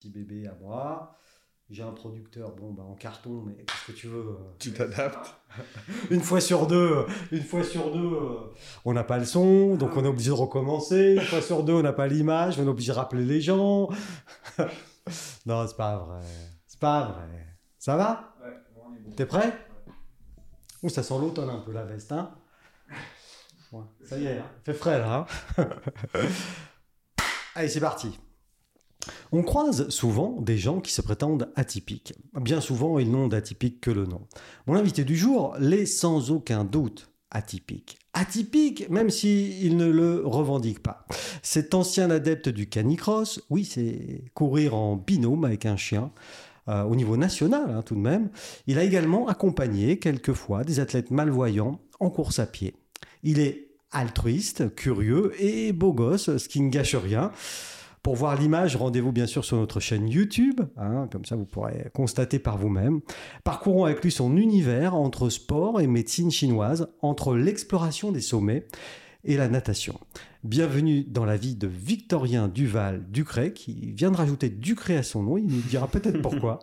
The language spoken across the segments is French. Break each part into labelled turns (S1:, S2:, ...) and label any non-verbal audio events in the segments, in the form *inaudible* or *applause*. S1: petit bébé à bras. J'ai un producteur, bon, bah, en carton, mais qu'est-ce que tu veux euh,
S2: Tu t'adaptes.
S1: Une fois sur deux, euh, une fois sur deux, euh, on n'a pas le son, donc on est obligé de recommencer. Une fois sur deux, on n'a pas l'image, on est obligé de rappeler les gens. *laughs* non, c'est pas vrai. C'est pas vrai. Ça va
S3: Ouais, bon, on est bon.
S1: T'es prêt Ouh, ça sent l'automne un peu la veste, hein Ouais, Ça y est, hein. fait frais là. hein. Allez, c'est parti. On croise souvent des gens qui se prétendent atypiques. Bien souvent, ils n'ont d'atypique que le nom. Mon invité du jour l'est sans aucun doute atypique. Atypique, même s'il ne le revendique pas. Cet ancien adepte du canicross, oui, c'est courir en binôme avec un chien, euh, au niveau national hein, tout de même, il a également accompagné quelquefois des athlètes malvoyants en course à pied. Il est altruiste, curieux et beau gosse, ce qui ne gâche rien. Pour voir l'image, rendez-vous bien sûr sur notre chaîne YouTube, hein, comme ça vous pourrez constater par vous-même. Parcourons avec lui son univers entre sport et médecine chinoise, entre l'exploration des sommets et la natation. Bienvenue dans la vie de Victorien Duval Ducret, qui vient de rajouter Ducret à son nom, il nous dira peut-être pourquoi.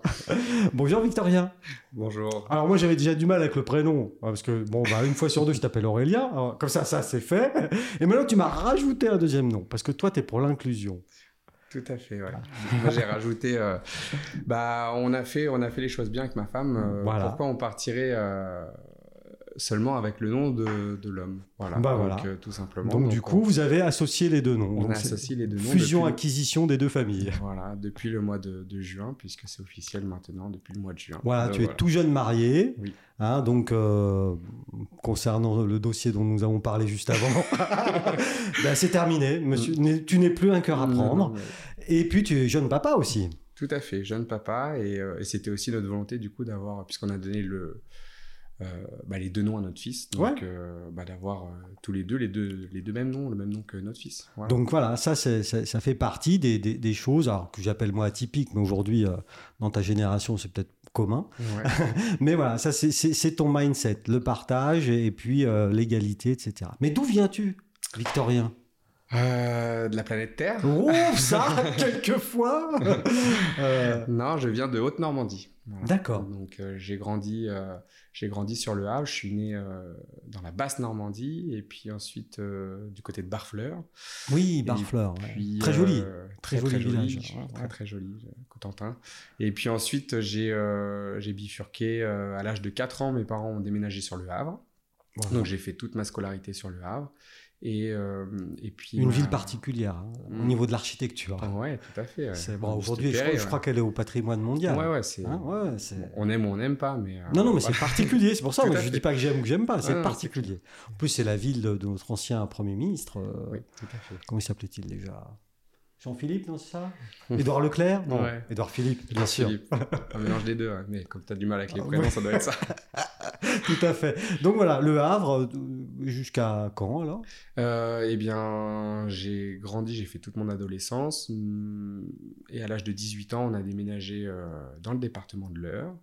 S1: Bonjour Victorien.
S2: Bonjour.
S1: Alors moi j'avais déjà du mal avec le prénom hein, parce que bon bah une fois sur deux je t'appelle Aurélien Alors, comme ça ça c'est fait *laughs* et maintenant tu m'as rajouté un deuxième nom parce que toi t'es pour l'inclusion
S2: Tout à fait, ouais.
S1: Ah.
S2: Moi, j'ai rajouté. euh, bah, on a, fait, on a fait les choses bien avec ma femme. euh,
S1: Voilà.
S2: Pourquoi on partirait euh, seulement avec le nom de, de l'homme Voilà.
S1: Bah,
S2: Donc,
S1: voilà.
S2: euh, tout simplement.
S1: donc, du
S2: on-
S1: coup vous avez associé les deux noms
S2: on,
S1: Donc, c'est
S2: associe les deux noms.
S1: fusion
S2: depuis le-
S1: acquisition des deux familles
S2: Voilà, depuis le mois de, de juin, puisque c'est officiel maintenant, depuis le mois de juin.
S1: voilà
S2: Euh,
S1: tu es tout jeune marié
S2: Oui.
S1: hein, donc euh, concernant le dossier dont nous avons parlé juste
S2: *laughs*
S1: avant *laughs* bah, c'est terminé monsieur N'est- tu n'es plus un cœur à
S2: Non, Mm. non,
S1: prendre
S2: mais-
S1: et puis tu es jeune papa aussi
S2: Tout à fait, jeune papa, et, euh, et c'était aussi notre volonté du coup d'avoir, puisqu'on a donné le, euh, bah, les deux noms à notre fils, donc
S1: Ouais.
S2: euh, bah, d'avoir euh, tous les deux les deux les deux mêmes noms, le même nom que notre fils. Voilà.
S1: Donc voilà, ça, c'est- ça, ça fait partie des, des- des choses alors, que j'appelle moi atypiques, mais aujourd'hui, euh, dans ta génération, c'est peut-être commun.
S2: Ouais.
S1: Mais voilà, ça, c'est- c'est c'est ton mindset, le partage et, et puis euh, l'égalité, etc. Mais d'où viens-tu, Victorien
S2: Euh, de la planète Terre.
S1: Oh, ça, *laughs* quelquefois *laughs* Euh,
S2: Non, je viens de Haute Normandie.
S1: D'accord.
S2: Donc euh, j'ai grandi euh, j'ai grandi sur le Havre. Je suis né euh, dans la basse Normandie, et puis ensuite euh, du côté de Barfleur.
S1: Oui, Barfleur. ouais.
S2: Puis,
S1: euh, Très joli.
S2: Très,
S1: joli
S2: très joli.
S1: village, ouais.
S2: Très, très joli, euh, Cotentin. Et puis ensuite, j'ai euh, j'ai bifurqué. euh, à l'âge de 4 ans, mes parents ont déménagé sur le Havre.
S1: Voilà.
S2: Donc j'ai fait toute ma scolarité sur le Havre. Et, euh, et puis.
S1: Une
S2: ma-
S1: ville particulière hein, au
S2: Mm.
S1: niveau de l'architecture.
S2: Ah Ouais, tout à fait. ouais.
S1: C'est- bon,
S2: Un
S1: aujourd'hui, je,
S2: petit
S1: crois-
S2: péré,
S1: je crois qu'elle est au patrimoine
S2: ouais.
S1: mondial.
S2: Ouais, ouais, c'est.
S1: Hein, ouais, c'est-
S2: On aime ou on n'aime pas, mais. euh,
S1: Non, non, mais
S2: voilà. *laughs*
S1: c'est particulier, c'est pour ça
S2: Tout
S1: moi,
S2: à
S1: je ne
S2: fait.
S1: dis pas que j'aime ou que j'aime pas, c'est
S2: Ah, non,
S1: particulier. En plus, c'est la ville de, de notre ancien Premier ministre, euh,
S2: Oui, tout à fait.
S1: comment il s'appelait-il déjà Jean-Philippe, non, c'est ça Édouard Leclerc Non,
S2: Hum. Ouais.
S1: Édouard Philippe, bien sûr.
S2: Philippe. Un mélange des deux, hein. mais comme tu as du mal avec les
S1: Ah,
S2: prénoms,
S1: ouais.
S2: ça doit être ça.
S1: Tout à fait. Donc voilà, Le Havre, euh, jusqu'à quand alors
S2: Euh, eh bien, j'ai grandi, j'ai fait toute mon adolescence. hum, Et à l'âge de 18 ans, on a déménagé euh, dans le département de l'Eure.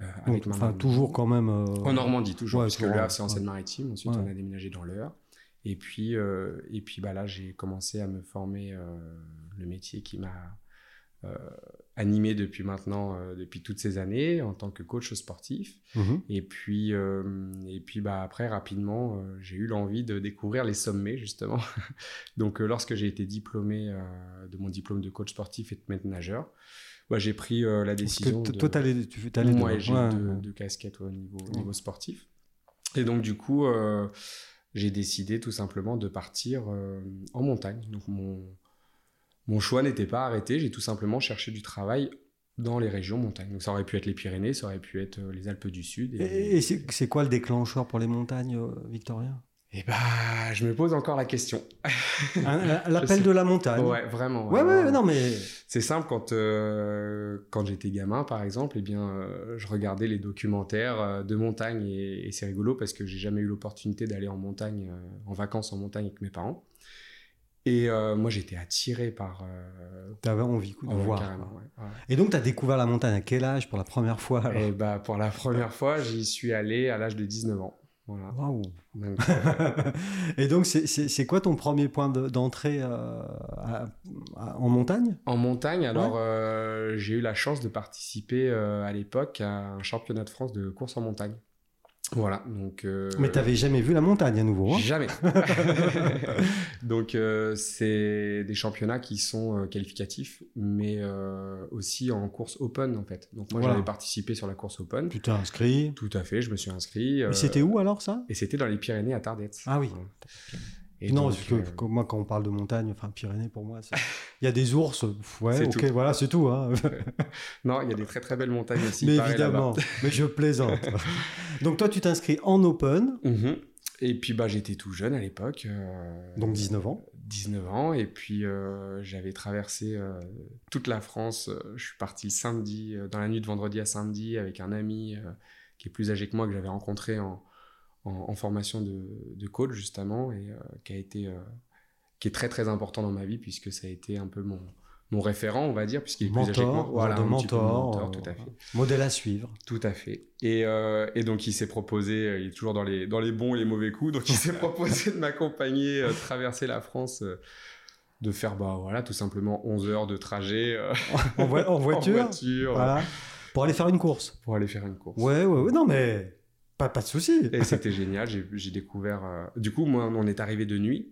S2: euh,
S1: Donc,
S2: avec ma
S1: Enfin,
S2: maman.
S1: toujours quand même. euh,
S2: En Normandie, toujours,
S1: Ouais,
S2: parce que
S1: toujours,
S2: l'Eure, c'est en
S1: ouais.
S2: Seine-Maritime. Ensuite,
S1: Ouais.
S2: on a déménagé dans l'Eure. Et puis, euh, et puis bah, là, j'ai commencé à me former euh, le métier qui m'a euh, animé depuis maintenant, euh, depuis toutes ces années, en tant que coach sportif.
S1: mhm.
S2: Et puis, euh, et puis bah, après, rapidement, euh, j'ai eu l'envie de découvrir les sommets, justement. *laughs* Donc, euh, lorsque j'ai été diplômé euh, de mon diplôme de coach sportif et de maître nageur, bah, j'ai pris euh,
S1: Parce
S2: la
S1: que
S2: décision.
S1: t-
S2: de...
S1: toi, t'as les, tu fais- t'as les
S2: Moi,
S1: deux.
S2: j'ai
S1: Ouais,
S2: deux,
S1: ouais.
S2: deux casquettes au niveau, au
S1: Ouais.
S2: niveau sportif. Et donc, du coup, euh, j'ai décidé tout simplement de partir euh, en montagne. Donc, mon, mon choix n'était pas arrêté. J'ai tout simplement cherché du travail dans les régions montagnes. Donc, ça aurait pu être les Pyrénées, ça aurait pu être euh, les Alpes du Sud.
S1: Et, et c'est c'est quoi le déclencheur pour les montagnes, euh,
S2: *laughs*
S1: Victorien
S2: Eh bah, je me pose encore la question.
S1: Un- un-
S2: Je
S1: L'appel
S2: sais.
S1: de la montagne.
S2: Ouais, vraiment.
S1: Ah ouais,
S2: vraiment.
S1: ouais, non, mais.
S2: C'est simple, quand, euh, quand j'étais gamin, par exemple, eh bien, euh, je regardais les documentaires euh, de montagne et, et c'est rigolo parce que j'ai jamais eu l'opportunité d'aller en montagne, euh, en vacances en montagne avec mes parents. Et euh, moi, j'étais attiré par... euh,
S1: T'avais envie de
S2: ah ouais,
S1: voir.
S2: carrément,
S1: quoi.
S2: ouais, ouais.
S1: Et donc, tu as découvert la montagne à quel âge pour la première fois alors
S2: Et bah, pour la première fois, j'y suis allé à l'âge de 19 ans. Voilà.
S1: euh, Waouh. *laughs*
S2: Donc, euh,
S1: Et donc, c'est- c'est c'est quoi ton premier point de- d'entrée euh, à- à- en montagne
S2: En montagne, alors euh, j'ai eu la chance de participer euh, à l'époque à un championnat de France de course en montagne. Voilà, donc. euh,
S1: Mais t'avais jamais vu la montagne à nouveau. hein *laughs*
S2: Jamais. donc euh, c'est des championnats qui sont euh, qualificatifs, mais euh, aussi en course open en fait. Donc moi
S1: Voilà.
S2: j'avais participé sur la course open.
S1: tu t'es inscrit.
S2: Tout à fait, je me suis inscrit. euh,
S1: Mais c'était où alors ça
S2: Et c'était dans les Pyrénées à Tardets.
S1: Ah oui.
S2: Et
S1: non,
S2: donc,
S1: parce que,
S2: euh,
S1: que moi, quand on parle de montagne, enfin Pyrénées, pour
S2: *laughs*
S1: moi, c'est- il y a des ours. pff, Ouais,
S2: C'est
S1: ok,
S2: tout.
S1: voilà, c'est tout. hein.
S2: non, il y a des très très belles montagnes aussi.
S1: mais
S2: pareil, là-bas.
S1: évidemment, mais je plaisante.
S2: *laughs*
S1: Donc toi, tu t'inscris en open,
S2: Mhm. Et puis bah, j'étais tout jeune à l'époque. euh,
S1: donc 19 ans.
S2: 19 ans. Et puis euh, j'avais traversé euh, toute la France. Euh, Je suis parti le samedi, euh, dans la nuit de vendredi à samedi, avec un ami euh, qui est plus âgé que moi, que j'avais rencontré en, en- en formation de, de coach justement, et euh, qui a été euh, qui est très très important dans ma vie puisque ça a été un peu mon mon référent, on va dire, puisqu'il est plus âgé que moi.
S1: Mentor, genre de
S2: un petit peu mon
S1: mentor,
S2: mentor,
S1: euh,
S2: tout à fait.
S1: Modèle à suivre.
S2: Tout à fait. Et, euh, et donc, il s'est proposé, euh, il est toujours dans les, dans les bons et les mauvais coups, donc il s'est *laughs* proposé de m'accompagner, euh, traverser la France, euh, de faire, bah voilà, tout simplement 11 heures de trajet euh,
S1: En, voi- en voiture,
S2: *laughs* en voiture euh,
S1: voilà, pour aller faire une course.
S2: pour aller faire une course.
S1: Ouais, ouais, ouais, non, mais pas, pas de souci.
S2: Et c'était génial, j'ai j'ai découvert. euh, Du coup, moi, on est arrivé de nuit,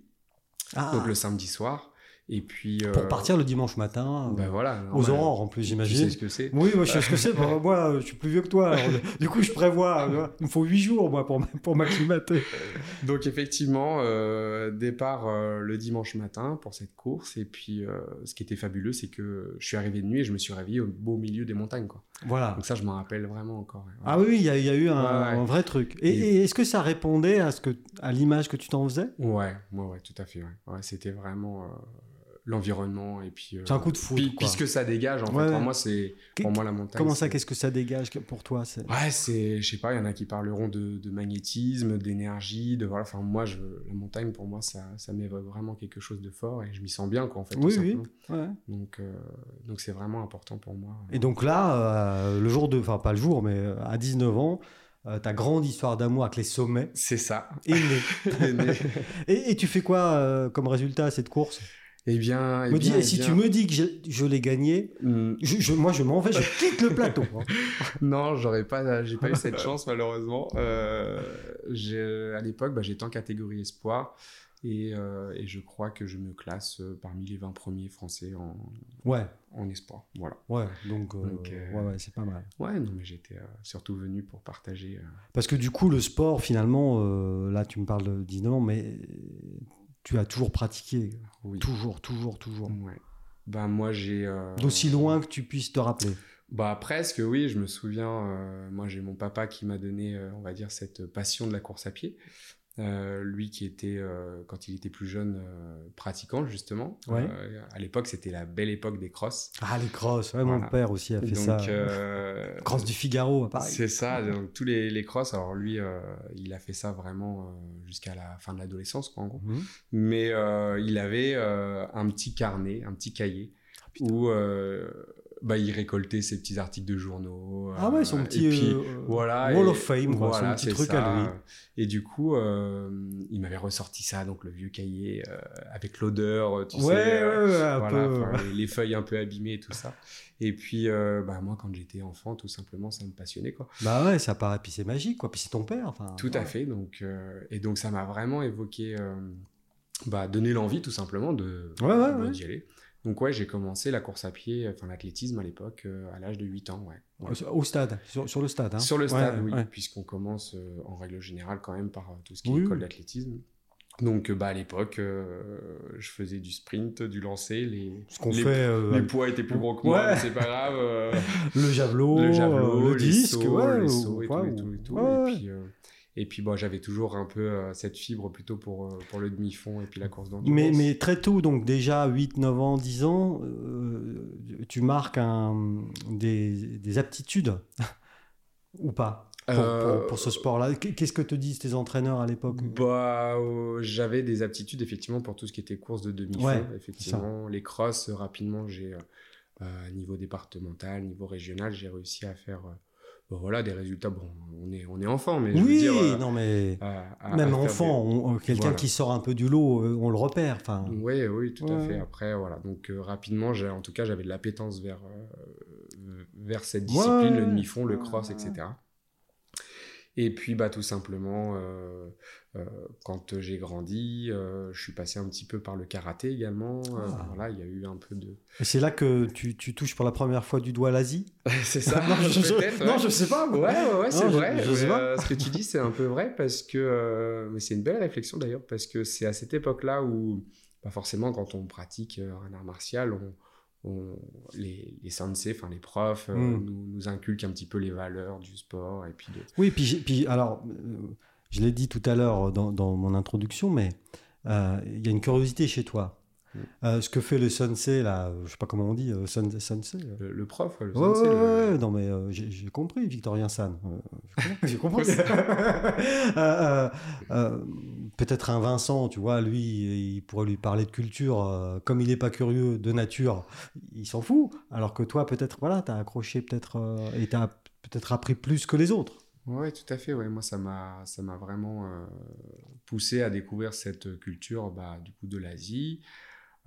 S1: Ah,
S2: donc le samedi soir, et puis. euh,
S1: Pour partir le dimanche matin, euh,
S2: bah, voilà.
S1: aux
S2: normal.
S1: aurores en plus,
S2: Tu sais
S1: j'imagine.
S2: ce que c'est
S1: Oui, moi, je sais ce
S2: *laughs*
S1: que c'est. Moi, moi, je suis plus vieux que toi. alors, du coup, je prévois. euh, Il me faut 8 jours, moi, pour, m- pour m'acclimater.
S2: Donc effectivement, euh, départ euh, le dimanche matin pour cette course. Et puis, euh, ce qui était fabuleux, c'est que je suis arrivé de nuit et je me suis réveillé au beau milieu des montagnes. Quoi.
S1: Voilà.
S2: Donc ça, je m'en rappelle vraiment encore.
S1: Ah oui, oui, il y, a- il y a eu un,
S2: Ouais, ouais.
S1: un vrai truc. Et,
S2: Et-
S1: et est-ce que ça répondait à, ce que- à l'image que tu t'en faisais
S2: Ouais, ouais, ouais, tout à fait. Ouais. Ouais, c'était vraiment euh, l'environnement et puis. euh,
S1: C'est un coup de foudre.
S2: puis-
S1: quoi.
S2: puisque ça dégage, en
S1: Ouais,
S2: fait,
S1: ouais.
S2: pour moi, c'est
S1: Qu'est-
S2: pour moi la montagne.
S1: Comment ça
S2: c'est-
S1: Qu'est-ce que ça dégage que- pour toi c'est-
S2: Ouais, c'est, je sais pas, il y en a qui parleront de, de magnétisme, d'énergie, de voilà. Enfin, moi, je, la montagne, pour moi, ça, ça m'évoque vraiment quelque chose de fort et je m'y sens bien, quoi, en fait. tout
S1: Oui, oui.
S2: simplement.
S1: ouais.
S2: Donc, euh, donc c'est vraiment important pour moi.
S1: Et donc là, euh, le jour de. Enfin, pas le jour, mais euh, à 19 ans, euh, ta grande histoire d'amour avec les sommets
S2: C'est *laughs* ça.
S1: est née.
S2: L'aîné.
S1: et, et tu fais quoi euh, comme résultat à cette course
S2: eh bien, eh
S1: me dis,
S2: bien, eh
S1: Si tu
S2: bien,
S1: me dis que je, je l'ai gagnée,
S2: mm,
S1: je- je- moi, je m'en vais, je
S2: *laughs*
S1: quitte le plateau. hein.
S2: non, j'aurais pas, j'ai pas
S1: *laughs*
S2: eu cette chance malheureusement. Euh, j'ai- à l'époque, bah, j'étais en catégorie espoir et, euh, et je crois que je me classe euh, parmi les 20 premiers français en,
S1: Ouais.
S2: en espoir. Voilà.
S1: Ouais, donc, euh,
S2: Donc, euh,
S1: ouais, ouais, c'est pas mal.
S2: Ouais, non, mais j'étais euh, surtout venu pour partager. euh,
S1: Parce que du coup, le sport, finalement, euh, là, tu me parles de 19 ans, mais euh, tu as toujours pratiqué.
S2: oui.
S1: Toujours, toujours, toujours.
S2: Ouais. Bah moi j'ai. euh,
S1: D'aussi loin que tu puisses te rappeler.
S2: Bah presque oui, je me souviens, euh, moi j'ai mon papa qui m'a donné, euh, on va dire, cette passion de la course à pied. Euh, lui qui était, euh, quand il était plus jeune, euh, pratiquant justement.
S1: Ouais.
S2: Euh, à l'époque c'était la belle époque des crosses.
S1: Ah, les crosses. ouais, Mon
S2: Voilà.
S1: père aussi a fait ça. *laughs*
S2: euh,
S1: Cross du Figaro, à Paris.
S2: c'est ça, donc tous les, les crosses, alors lui euh, il a fait ça vraiment euh, jusqu'à la fin de l'adolescence quoi en gros
S1: Mhm.
S2: mais euh, il avait euh, un petit carnet, un petit cahier
S1: Ah, putain.
S2: où euh, bah, il récoltait ses petits articles de journaux.
S1: Ah
S2: euh,
S1: ouais, son
S2: et
S1: petit
S2: puis,
S1: euh,
S2: voilà,
S1: Wall
S2: et-
S1: of Fame, quoi,
S2: voilà,
S1: son petit
S2: c'est
S1: truc
S2: ça.
S1: à lui.
S2: Et du coup, euh, il m'avait ressorti ça, donc le vieux cahier euh, avec l'odeur, tu
S1: ouais,
S2: sais. euh,
S1: ouais, ouais, un
S2: voilà,
S1: peu.
S2: enfin, les, les feuilles un peu abîmées et tout ça. Et puis, euh, bah, moi, quand j'étais enfant, tout simplement, ça me passionnait. Quoi.
S1: Bah ouais, ça paraît, puis c'est magique, quoi. Puis c'est ton père. Enfin,
S2: Tout à
S1: ouais.
S2: fait. Donc, euh, et donc, ça m'a vraiment évoqué, euh, bah, donné l'envie tout simplement de
S1: Ouais, ouais,
S2: de-
S1: ouais.
S2: d'y aller. Donc, ouais, j'ai commencé la course à pied, enfin l'athlétisme à l'époque, euh, à l'âge de 8 ans. Ouais. Ouais.
S1: Au- Au stade, sur, sur le stade. hein.
S2: Sur le stade,
S1: Ouais,
S2: oui,
S1: ouais.
S2: puisqu'on commence euh, en règle générale quand même par euh, tout ce qui
S1: Oui,
S2: est école
S1: oui.
S2: d'athlétisme. Donc, euh, bah, à l'époque, euh, je faisais du sprint, du lancer. Les,
S1: Ce qu'on
S2: les-
S1: fait, euh,
S2: les poids étaient plus gros que moi,
S1: Ouais.
S2: mais c'est pas grave.
S1: *laughs*
S2: euh,
S1: le javelot,
S2: le javelot,
S1: euh, le
S2: les
S1: disque,
S2: sauts,
S1: ouais,
S2: les
S1: ou-
S2: sauts et,
S1: ouais,
S2: tout, et tout,
S1: ou-
S2: et tout.
S1: ouais, ouais.
S2: Et puis, euh, et puis, bon, j'avais toujours un peu euh, cette fibre plutôt pour, euh, pour le demi-fond et puis la course d'endurance.
S1: Mais, mais très tôt, donc déjà 8, 9 ans, 10 ans, euh, tu marques un- des, des aptitudes *laughs* ou pas pour,
S2: Euh,
S1: pour- pour ce sport-là. Qu- Qu'est-ce que te disent tes entraîneurs à l'époque
S2: Bah, euh, j'avais des aptitudes effectivement pour tout ce qui était course de demi-fond.
S1: Ouais,
S2: effectivement, les crosses, euh, rapidement, j'ai euh, euh, niveau départemental, niveau régional, j'ai réussi à faire euh, Bon, voilà, des résultats. Bon, on est, on est enfant, mais je veux
S1: oui,
S2: dire, euh,
S1: non mais
S2: à- à- à
S1: même
S2: faire
S1: enfant,
S2: des-
S1: on- euh, quelqu'un
S2: Voilà. Mm.
S1: qui sort un peu du lot, euh, on le repère. Enfin,
S2: Oui, oui, tout à
S1: Ouais.
S2: fait. Après, voilà. Donc, euh, rapidement, j'ai- en tout cas, j'avais de l'appétence vers, euh, vers cette
S1: Ouais.
S2: discipline, le demi-fond, le cross,
S1: Ouais.
S2: etc. Et puis, bah, tout simplement, euh, euh, quand j'ai grandi, euh, je suis passé un petit peu par le karaté également. Euh,
S1: Ah.
S2: voilà, il y a eu un
S1: *laughs*
S2: peu de. *laughs*
S1: et c'est là que tu, tu touches pour la première fois du doigt l'Asie.
S2: C'est ça
S1: non, je, je-
S2: Ah, peut-être,
S1: non,
S2: ouais.
S1: je sais pas.
S2: Ouais,
S1: moi.
S2: ouais, ouais, c'est
S1: Non, je-
S2: vrai.
S1: je sais
S2: Mais,
S1: pas.
S2: euh, ce que tu dis, c'est un peu vrai parce que. euh, mais c'est une belle réflexion d'ailleurs, parce que c'est à cette époque-là où, pas forcément, quand on pratique euh, un art martial, on, on- les, les sensei, enfin les profs, euh,
S1: Mm.
S2: nous, nous inculquent un petit peu les valeurs du sport et puis de.
S1: Oui, puis, j'ai- puis alors, euh, je l'ai dit tout à l'heure dans, dans mon introduction, mais euh, il y a une curiosité chez toi.
S2: Mm.
S1: Euh, ce que fait le sensei, là, euh, je sais pas comment on dit, euh, sen- sensei. euh.
S2: Le, le prof, ouais, le
S1: Ouais, ouais,
S2: sensei, le-
S1: ouais, non mais euh, j'ai j'ai compris, Victorien San. Euh, j'ai compris.
S2: *laughs*
S1: j'ai compris. *laughs* Euh, euh, euh, Peut-être un Vincent, tu vois, lui, il pourrait lui parler de culture. euh, comme il n'est pas curieux de nature, il s'en fout. Alors que toi, peut-être, voilà, t'as accroché peut-être euh, et t'as peut-être appris plus que les autres.
S2: Ouais, tout à fait. Ouais. Moi, ça m'a, ça m'a vraiment euh, poussé à découvrir cette culture bah, du coup de l'Asie.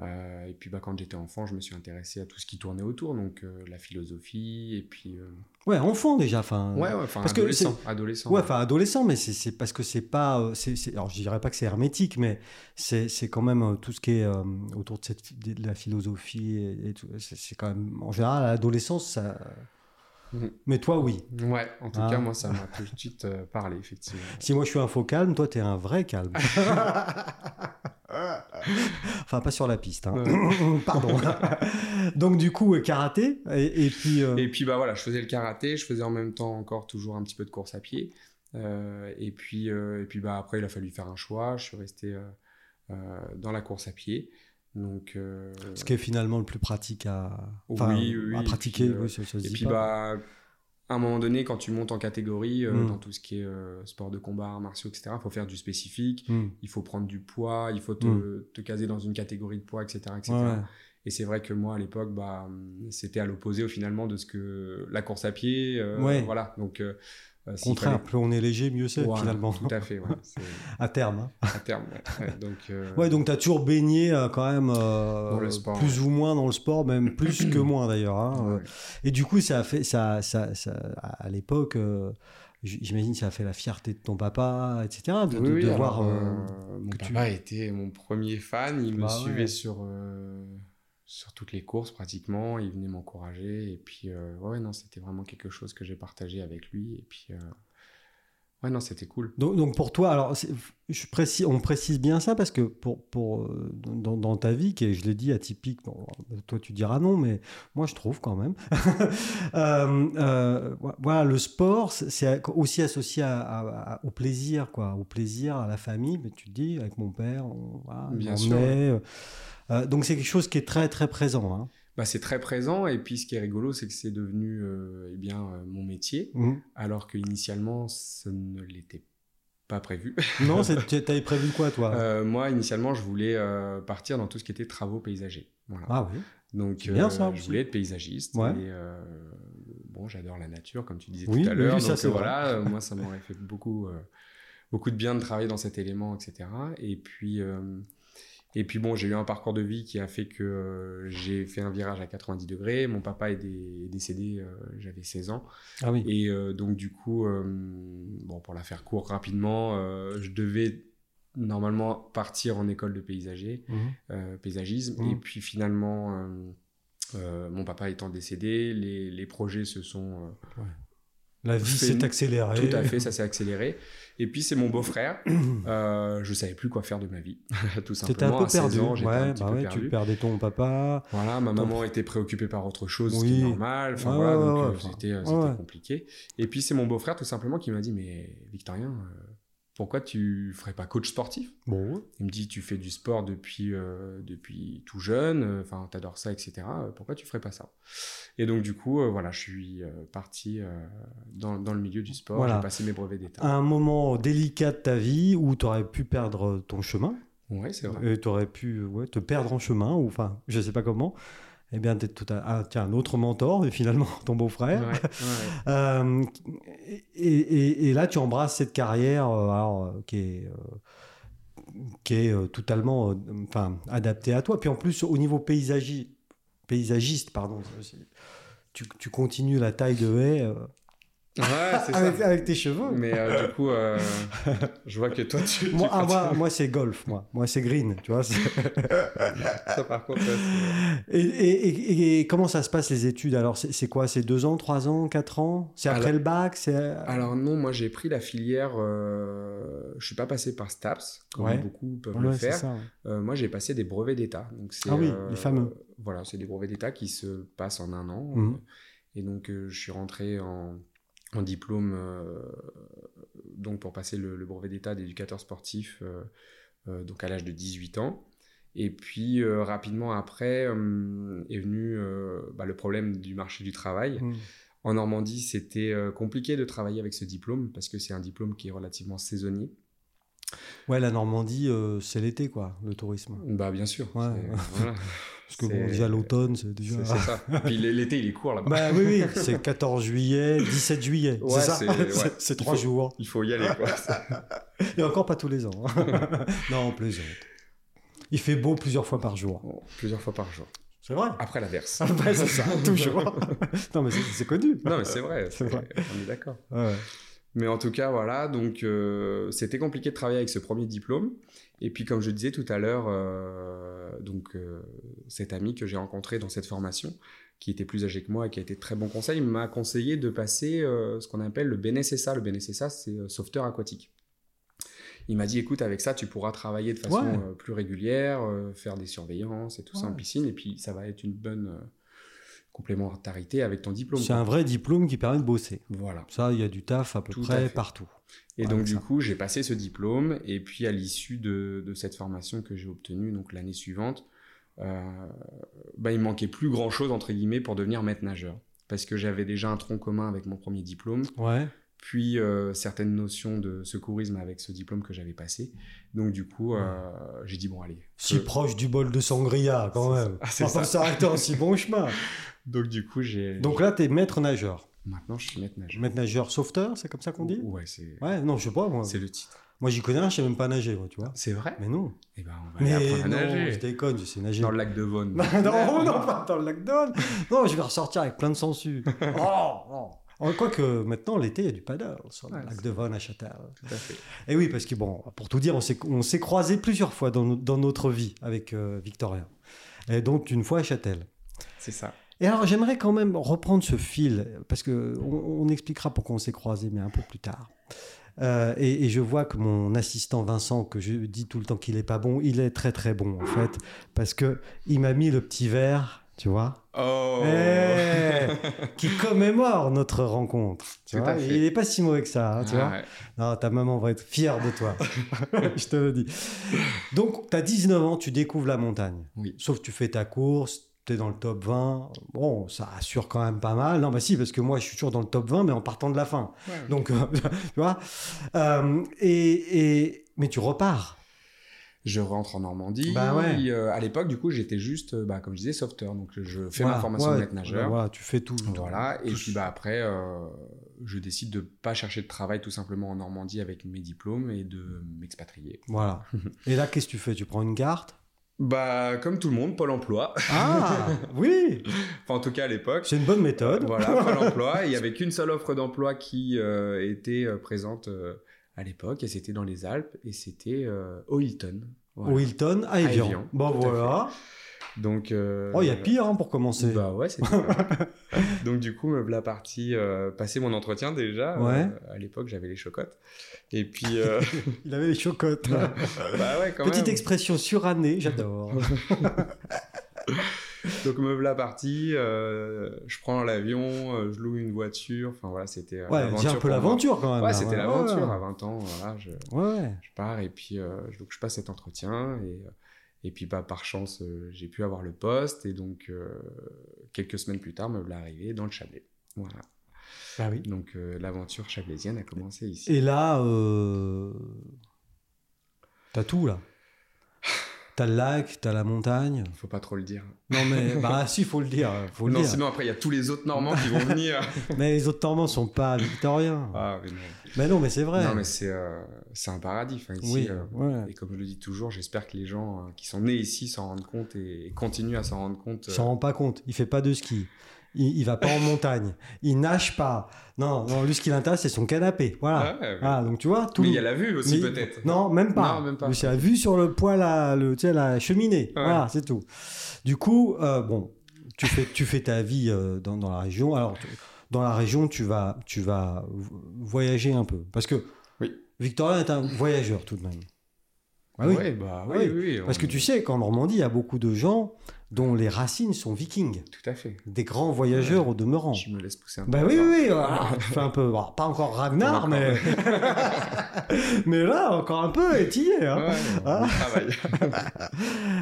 S2: Euh, et puis, bah, quand j'étais enfant, je me suis intéressé à tout ce qui tournait autour, donc euh, la philosophie. Et puis, euh,
S1: Ouais, enfant déjà, enfin.
S2: ouais, ouais, enfin,
S1: parce que
S2: adolescent, adolescent.
S1: Ouais, enfin adolescent, mais c'est- c'est parce que c'est pas. euh, c'est- c'est- alors je dirais pas que c'est hermétique, mais c'est c'est quand même euh, tout ce qui est euh, autour de, cette, de la philosophie et, et tout. C'est c'est quand même. En général, à l'adolescence, ça.
S2: Mhm.
S1: Mais toi, oui.
S2: Ouais, en tout
S1: Ah.
S2: cas, moi, ça m'a tout de suite euh, parlé, effectivement.
S1: Si moi je suis un faux calme, toi t'es un vrai
S2: *laughs*
S1: calme. enfin, pas sur la piste. hein. *laughs* Pardon. Donc du coup, euh, karaté et, et puis. euh,
S2: Et puis bah voilà, je faisais le karaté, je faisais en même temps encore toujours un petit peu de course à pied. Euh, et puis euh, et puis bah après il a fallu faire un choix. Je suis resté euh, euh, dans la course à pied. Donc euh,
S1: Ce qui est finalement le plus pratique à, enfin,
S2: Oui, oui,
S1: à
S2: et
S1: pratiquer.
S2: puis, euh,
S1: oui, ça- ça se
S2: et
S1: dit
S2: puis
S1: pas.
S2: bah à un moment donné quand tu montes en catégorie euh,
S1: Mm.
S2: dans tout ce qui est euh, sport de combat, arts martiaux, etc. Il faut faire du spécifique,
S1: Hmm.
S2: il faut prendre du poids, il faut te, te caser dans une catégorie de poids, etc. etc.
S1: Ouais.
S2: Et c'est vrai que moi, à l'époque, bah, c'était à l'opposé, au finalement, de ce que la course à pied. euh,
S1: Ouais.
S2: Voilà. Donc, euh, euh,
S1: Au
S2: s'il
S1: contraire,
S2: fallait-
S1: plus on est léger, mieux c'est
S2: Voilà,
S1: finalement,
S2: Tout à fait, ouais. C'est
S1: *laughs* à terme. hein.
S2: à terme. ouais. Ouais, donc, euh,
S1: Ouais, donc tu as toujours baigné euh, quand même euh,
S2: Dans le sport,
S1: plus ou moins dans le sport, même plus que moins d'ailleurs. hein.
S2: ouais.
S1: Et du coup, ça a fait, ça, ça, ça- à à l'époque, euh, j- j'imagine, ça a fait la fierté de ton papa, etc. De, de-
S2: Oui, oui,
S1: de
S2: alors,
S1: voir. euh,
S2: euh, mon
S1: que tu-
S2: papa était mon premier fan. Il me
S1: Bah
S2: suivait
S1: ouais.
S2: sur, euh, sur toutes les courses, pratiquement. Il venait m'encourager. Et puis, euh, ouais, non, c'était vraiment quelque chose que j'ai partagé avec lui. Et puis, euh, ouais, non, c'était cool.
S1: Donc, donc pour toi, alors c'est- je précise, on précise bien ça parce que pour, pour, euh, dans, dans ta vie, qui est, je l'ai dit, atypique, bon, toi tu diras non, mais moi je trouve quand même. *laughs* Euh, euh, vo- voilà, le sport, c'est- c'est aussi associé à- à- à- au plaisir, quoi, au plaisir, à la famille. Mais tu te dis, avec mon père, on, voilà,
S2: Bien
S1: on
S2: sûr.
S1: est, euh, euh, donc c'est quelque chose qui est très très présent. hein.
S2: Bah, c'est très présent. Et puis, ce qui est rigolo, c'est que c'est devenu euh, eh bien, euh, mon métier.
S1: Mhm.
S2: alors que initialement ce ne l'était pas prévu.
S1: Non, c'est- tu avais prévu quoi, toi
S2: Euh, moi, initialement, je voulais euh, partir dans tout ce qui était travaux paysagers. Voilà.
S1: Ah oui.
S2: Donc,
S1: c'est bien
S2: euh,
S1: ça
S2: je
S1: aussi.
S2: voulais être paysagiste.
S1: Ouais.
S2: Et, euh, bon, j'adore la nature, comme tu disais
S1: Oui,
S2: tout à l'heure.
S1: oui, ça,
S2: donc,
S1: c'est
S2: euh,
S1: vrai.
S2: voilà, euh, moi, ça m'aurait fait beaucoup, euh, beaucoup de bien de travailler dans cet élément, etc. Et puis, euh, et puis bon, j'ai eu un parcours de vie qui a fait que euh, j'ai fait un virage à 90 degrés. Mon papa est, dé- est décédé, euh, j'avais 16 ans.
S1: Ah oui.
S2: Et euh, donc, du coup, euh, bon, pour la faire court rapidement, euh, je devais normalement partir en école de paysager,
S1: Mhm.
S2: euh, paysagisme.
S1: Mhm.
S2: Et puis finalement, euh, euh, mon papa étant décédé, les, les projets se sont.
S1: La vie
S2: C'est-
S1: s'est
S2: euh,
S1: accélérée.
S2: tout à fait, ça s'est accéléré. Et puis, c'est mon
S1: *clears throat*
S2: beau-frère. Euh, je savais plus quoi faire de ma vie, *laughs* tout simplement.
S1: T'étais un peu
S2: à 16
S1: perdu.
S2: ans, j'étais un
S1: ouais,
S2: petit
S1: bah
S2: peu
S1: ouais,
S2: perdu.
S1: tu perdais ton papa.
S2: Voilà, ma maman était préoccupée par autre chose, ce qui est
S1: Oui.
S2: normal. Enfin
S1: Ouais,
S2: voilà,
S1: ouais,
S2: donc
S1: ouais,
S2: euh,
S1: enfin,
S2: c'était euh,
S1: ouais,
S2: c'était
S1: ouais.
S2: compliqué. Et puis c'est mon beau-frère tout simplement qui m'a dit mais Victorien, euh, pourquoi tu ferais pas coach sportif
S1: Bon.
S2: Il me dit tu fais du sport depuis euh, depuis tout jeune, euh, enfin t'adores ça, etc. euh, Pourquoi tu ferais pas ça Et donc du coup euh, voilà, je suis euh, parti euh, dans, dans le milieu du sport.
S1: Voilà.
S2: J'ai passé mes brevets d'état.
S1: un moment délicat de ta vie où tu aurais pu perdre ton chemin,
S2: Ouais, c'est vrai.
S1: tu aurais pu ouais, te perdre en chemin, ou enfin, je sais pas comment. eh bien, t'es tout à, ah, tiens, un autre mentor, et finalement *laughs* ton beau-frère.
S2: Ouais, ouais.
S1: Euh, et, et- et là, tu embrasses cette carrière euh, alors, euh, qui est, euh, qui est euh, totalement euh, enfin, adaptée à toi. Puis en plus, au niveau paysagi- paysagiste, pardon, c'est- tu, tu continues la taille de haie euh,
S2: Ouais, c'est
S1: avec,
S2: ça.
S1: avec tes cheveux.
S2: Mais euh, du coup, euh, je vois que toi, tu. tu
S1: Moi, ah, moi,
S2: continues.
S1: moi, c'est golf, moi. Moi, c'est green, tu
S2: *laughs*
S1: vois. c'est-
S2: Ça, par contre, ouais, c'est-
S1: Et, et- et- et comment ça se passe les études Alors, c'est c'est quoi C'est deux ans, trois ans, quatre ans C'est après
S2: Alors- ah,
S1: le bac C'est
S2: Alors, non, moi, j'ai pris la filière. euh, Je suis pas passé par STAPS, comme
S1: Ouais.
S2: beaucoup peuvent
S1: Ouais,
S2: le
S1: c'est
S2: faire.
S1: ça.
S2: Euh, moi, j'ai passé des brevets d'État. Donc, c'est,
S1: Ah oui,
S2: euh,
S1: les fameux.
S2: Voilà, c'est des brevets d'État qui se passent en un an.
S1: Mhm.
S2: Euh, Et donc, euh, je suis rentré en, en diplôme euh, donc pour passer le, le brevet d'État d'éducateur sportif euh, euh, donc à l'âge de 18 ans. Et puis, euh, rapidement après, euh, est venu euh, bah, le problème du marché du travail.
S1: Mm.
S2: En Normandie, c'était euh, compliqué de travailler avec ce diplôme parce que c'est un diplôme qui est relativement saisonnier.
S1: Ouais, la Normandie, euh, c'est l'été, quoi, le tourisme.
S2: Bah, bien sûr.
S1: Ouais. *laughs*
S2: c'est- voilà.
S1: Parce que
S2: C'est-
S1: bon, déjà l'automne, c'est déjà.
S2: C'est c'est ça. Puis l- l'été, il est court là-bas.
S1: Ah. *laughs* Bah oui, oui, c'est 14 juillet, 17 juillet.
S2: Ouais,
S1: c'est ça *laughs*
S2: c'est- ouais.
S1: C'est- C'est
S2: Il
S1: trois
S2: faut-
S1: jours.
S2: Il faut y aller,
S1: *laughs*
S2: quoi.
S1: Et encore pas tous les ans.
S2: *laughs*
S1: hein. non, on plaisante. Il fait beau plusieurs fois par jour.
S2: Bon, plusieurs fois par jour.
S1: C'est vrai.
S2: Après
S1: *laughs*
S2: l'averse. *laughs*
S1: Ah bah, c'est ça, toujours. non, mais c'est- c'est connu.
S2: Non, mais c'est vrai.
S1: C'est
S2: c'est
S1: vrai.
S2: vrai. On est d'accord.
S1: Ouais.
S2: Mais en tout cas, voilà, donc euh, c'était compliqué de travailler avec ce premier diplôme. Et puis, comme je disais tout à l'heure, euh, donc euh, cet ami que j'ai rencontré dans cette formation, qui était plus âgé que moi et qui a été de très bon conseil, m'a conseillé de passer euh, ce qu'on appelle le BNSSA. Le BNSSA, c'est euh, sauveteur aquatique. Il m'a dit, écoute, avec ça, tu pourras travailler de façon
S1: Ouais.
S2: euh, plus régulière, euh, faire des surveillances et tout ça
S1: Ouais.
S2: en piscine, et puis ça va être une bonne euh, complémentarité avec ton diplôme.
S1: C'est
S2: quoi.
S1: un vrai diplôme qui permet de bosser.
S2: Voilà.
S1: Ça, il y a du taf à peu
S2: Tout à
S1: près
S2: fait.
S1: partout.
S2: Et
S1: Ouais,
S2: donc,
S1: donc
S2: du
S1: ça.
S2: coup, j'ai passé ce diplôme. Et puis, à l'issue de, de cette formation que j'ai obtenue, donc l'année suivante, euh, bah, il me manquait plus grand-chose, entre guillemets, pour devenir maître nageur. Parce que j'avais déjà un tronc commun avec mon premier diplôme,
S1: Ouais.
S2: puis euh, certaines notions de secourisme avec ce diplôme que j'avais passé. Donc, du coup, euh, j'ai dit, bon, allez.
S1: Si
S2: Euh,
S1: proche du bol de sangria, quand
S2: C'est ça.
S1: même.
S2: Ah, c'est
S1: On va pas
S2: ça.
S1: s'arrêter en si bon chemin.
S2: *laughs* Donc, du coup, j'ai.
S1: Donc là, t'es maître nageur.
S2: Maintenant, je suis maître nageur.
S1: Maître nageur sauveteur, c'est comme ça qu'on dit
S2: Ouais, c'est
S1: Ouais, non, je sais pas, moi.
S2: c'est le titre.
S1: Moi, j'y connais rien, je sais même pas nager, moi, tu vois.
S2: C'est vrai
S1: Mais non.
S2: Eh ben, on va
S1: Mais
S2: aller
S1: non,
S2: apprendre à
S1: je
S2: nager.
S1: déconne, je sais nager.
S2: Dans le lac de Vaune.
S1: *laughs* non, non, non, pas dans le lac d'Aune. Non, je vais ressortir avec plein de
S2: *laughs*
S1: sangsues. oh, non. Oh, Quoique maintenant, l'été, il y a du paddle sur le
S2: Ouais,
S1: lac
S2: c'est-
S1: de Vaune à Châtel.
S2: Tout à fait.
S1: Et oui, parce que bon, pour tout dire, on s'est, on s'est croisés plusieurs fois dans, no- dans notre vie avec euh, Victorien. Et donc, une fois à Châtel. *laughs*
S2: C'est ça.
S1: Et alors, j'aimerais quand même reprendre ce fil, parce que on, on expliquera pourquoi on s'est croisés, mais un peu plus tard. Euh, et, et je vois que mon assistant Vincent, que je dis tout le temps qu'il est pas bon, il est très très bon en fait, parce que il m'a mis le petit verre, tu vois,
S2: Oh
S1: Eh, qui commémore notre rencontre. Tu
S2: Tout
S1: vois,
S2: à fait. Ah.
S1: il est pas si mauvais que ça, hein, tu vois.
S2: Ouais.
S1: Non, ta maman va être fière de
S2: *laughs*
S1: toi. je te le dis. Donc, tu as 19 ans, tu découvres la montagne.
S2: Oui.
S1: Sauf que tu fais ta course, tu es dans le top 20. Bon, ça assure quand même pas mal. Non, bah si, parce que moi, je suis toujours dans le top 20, mais en partant de la fin. Donc, euh, *laughs* tu vois. Euh, et, et- Mais tu repars.
S2: Je rentre en Normandie.
S1: Bah ouais.
S2: Et, euh, à l'époque, du coup, j'étais juste, euh, bah, comme je disais, sauveteur. Donc, je fais
S1: Voilà,
S2: ma formation
S1: ouais,
S2: de maître nageur.
S1: Voilà, tu fais tout.
S2: Voilà. Et
S1: Tout-
S2: puis, bah, après, euh, je décide de pas chercher de travail tout simplement en Normandie avec mes diplômes et de m'expatrier. *laughs*
S1: Voilà. Et là, qu'est-ce que tu fais Tu prends une carte
S2: Bah, comme tout le monde, Pôle emploi. *laughs*
S1: Ah, *laughs* oui
S2: enfin, en tout cas, à l'époque.
S1: C'est une bonne méthode. *laughs*
S2: Voilà, Pôle emploi. Il y avait qu'une seule offre d'emploi qui euh, était euh, présente euh, à l'époque. Et c'était dans les Alpes. Et c'était euh, au Hilton. Voilà.
S1: Au Hilton, à
S2: À
S1: Evian.
S2: Evian,
S1: Bon,
S2: tout à
S1: voilà.
S2: Donc. euh,
S1: Oh, il y a pire hein, pour commencer.
S2: Bah ouais, c'est *laughs* Donc du coup, me voilà parti euh, passer mon entretien déjà. Euh,
S1: Ouais.
S2: à l'époque, j'avais les chocottes. Et
S1: *laughs*
S2: puis, euh, *laughs*
S1: Il avait les chocottes.
S2: bah ouais, quand
S1: Petite
S2: même.
S1: expression surannée, j'adore.
S2: Donc me voilà parti. euh, je prends l'avion, euh, je loue une voiture. Enfin voilà, c'était euh,
S1: Ouais,
S2: l'aventure
S1: j'ai un peu
S2: pour moi.
S1: l'aventure quand même.
S2: Ouais,
S1: là,
S2: c'était
S1: ouais.
S2: l'aventure à 20 ans. Voilà, je,
S1: Ouais, ouais.
S2: je pars et puis euh, je- donc je passe cet entretien et euh, et puis bah, par chance, euh, j'ai pu avoir le poste et donc euh, quelques semaines plus tard, me voilà arrivé dans le Chablais. Voilà.
S1: Bah oui.
S2: Donc euh, l'aventure chablaisienne a commencé ici.
S1: Et là, euh... t'as tout là. T'as le lac, t'as la montagne.
S2: Faut pas trop le dire.
S1: Non,
S2: *laughs*
S1: mais bah si, faut le dire. Faut le
S2: non,
S1: dire.
S2: sinon après, il y a tous les autres Normands qui
S1: *laughs*
S2: vont venir.
S1: Mais les autres Normands sont pas victoriens.
S2: Ah, mais non.
S1: Mais non, mais c'est vrai.
S2: Non, mais c'est euh, c'est un paradis. Enfin, ici,
S1: oui,
S2: euh,
S1: ouais.
S2: Et comme je le dis toujours, j'espère que les gens euh, qui sont nés ici s'en rendent compte et, et continuent à s'en rendre compte.
S1: Il
S2: euh,
S1: s'en rend pas compte. Il fait pas de ski. Il, il va pas en montagne. Il nage pas. Non, non lui, ce qui l'intéresse, c'est son canapé. Voilà.
S2: ouais, ouais.
S1: Ah, donc tu vois, tout
S2: mais
S1: le-
S2: il y a la vue aussi,
S1: Mais-
S2: peut-être.
S1: Non, même pas.
S2: Non, même pas.
S1: Lui, C'est la vue sur le poêle, à, le, tu sais, la cheminée.
S2: Ouais.
S1: Voilà, c'est tout. Du coup, euh, bon, tu fais, tu fais ta vie euh, dans, dans la région. Alors, tu- dans la région, tu vas, tu vas vo- voyager un peu. Parce que
S2: Oui.
S1: Victorin est un voyageur tout de même. Ah oui.
S2: Ouais, bah,
S1: Ah
S2: oui,
S1: oui.
S2: oui, oui,
S1: Parce
S2: on-
S1: que tu sais qu'en Normandie, il y a beaucoup de gens dont les racines sont vikings,
S2: Tout à fait.
S1: des grands voyageurs au demeurant.
S2: Je me laisse pousser un
S1: Bah
S2: peu.
S1: oui, oui, oui. voilà. Tu fais un peu, bah, pas encore Ragnar,
S2: Pas encore,
S1: mais... *laughs* mais là, encore un peu, et t'y es, hein.
S2: Ouais, on- on
S1: Ah.
S2: travaille.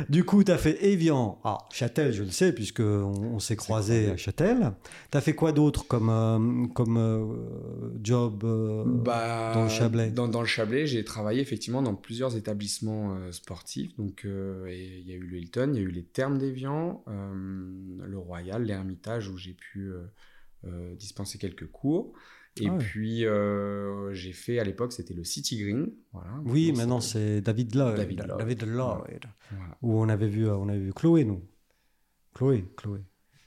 S1: Du coup, tu as fait Evian à Châtel, je le sais, puisque on, on s'est croisés
S2: croisé.
S1: à Châtel. Tu as fait quoi d'autre comme, euh, comme euh, job euh,
S2: Bah,
S1: dans le Chablais.
S2: Dans, dans le Chablais, j'ai travaillé effectivement dans plusieurs établissements euh, sportifs. Donc, euh, et il y a eu le Hilton, il y a eu les Thermes d'Evian, euh, le Royal, l'Ermitage, où j'ai pu euh, euh, dispenser quelques cours. Et
S1: Ah ouais.
S2: puis, euh, j'ai fait à l'époque, c'était le City Green. Voilà.
S1: Oui,
S2: Donc,
S1: maintenant c'est David Lloyd.
S2: David Lloyd.
S1: Lloyd.
S2: Voilà.
S1: Où on avait vu, euh, on avait vu Chloé, nous. Chloé, Chloé.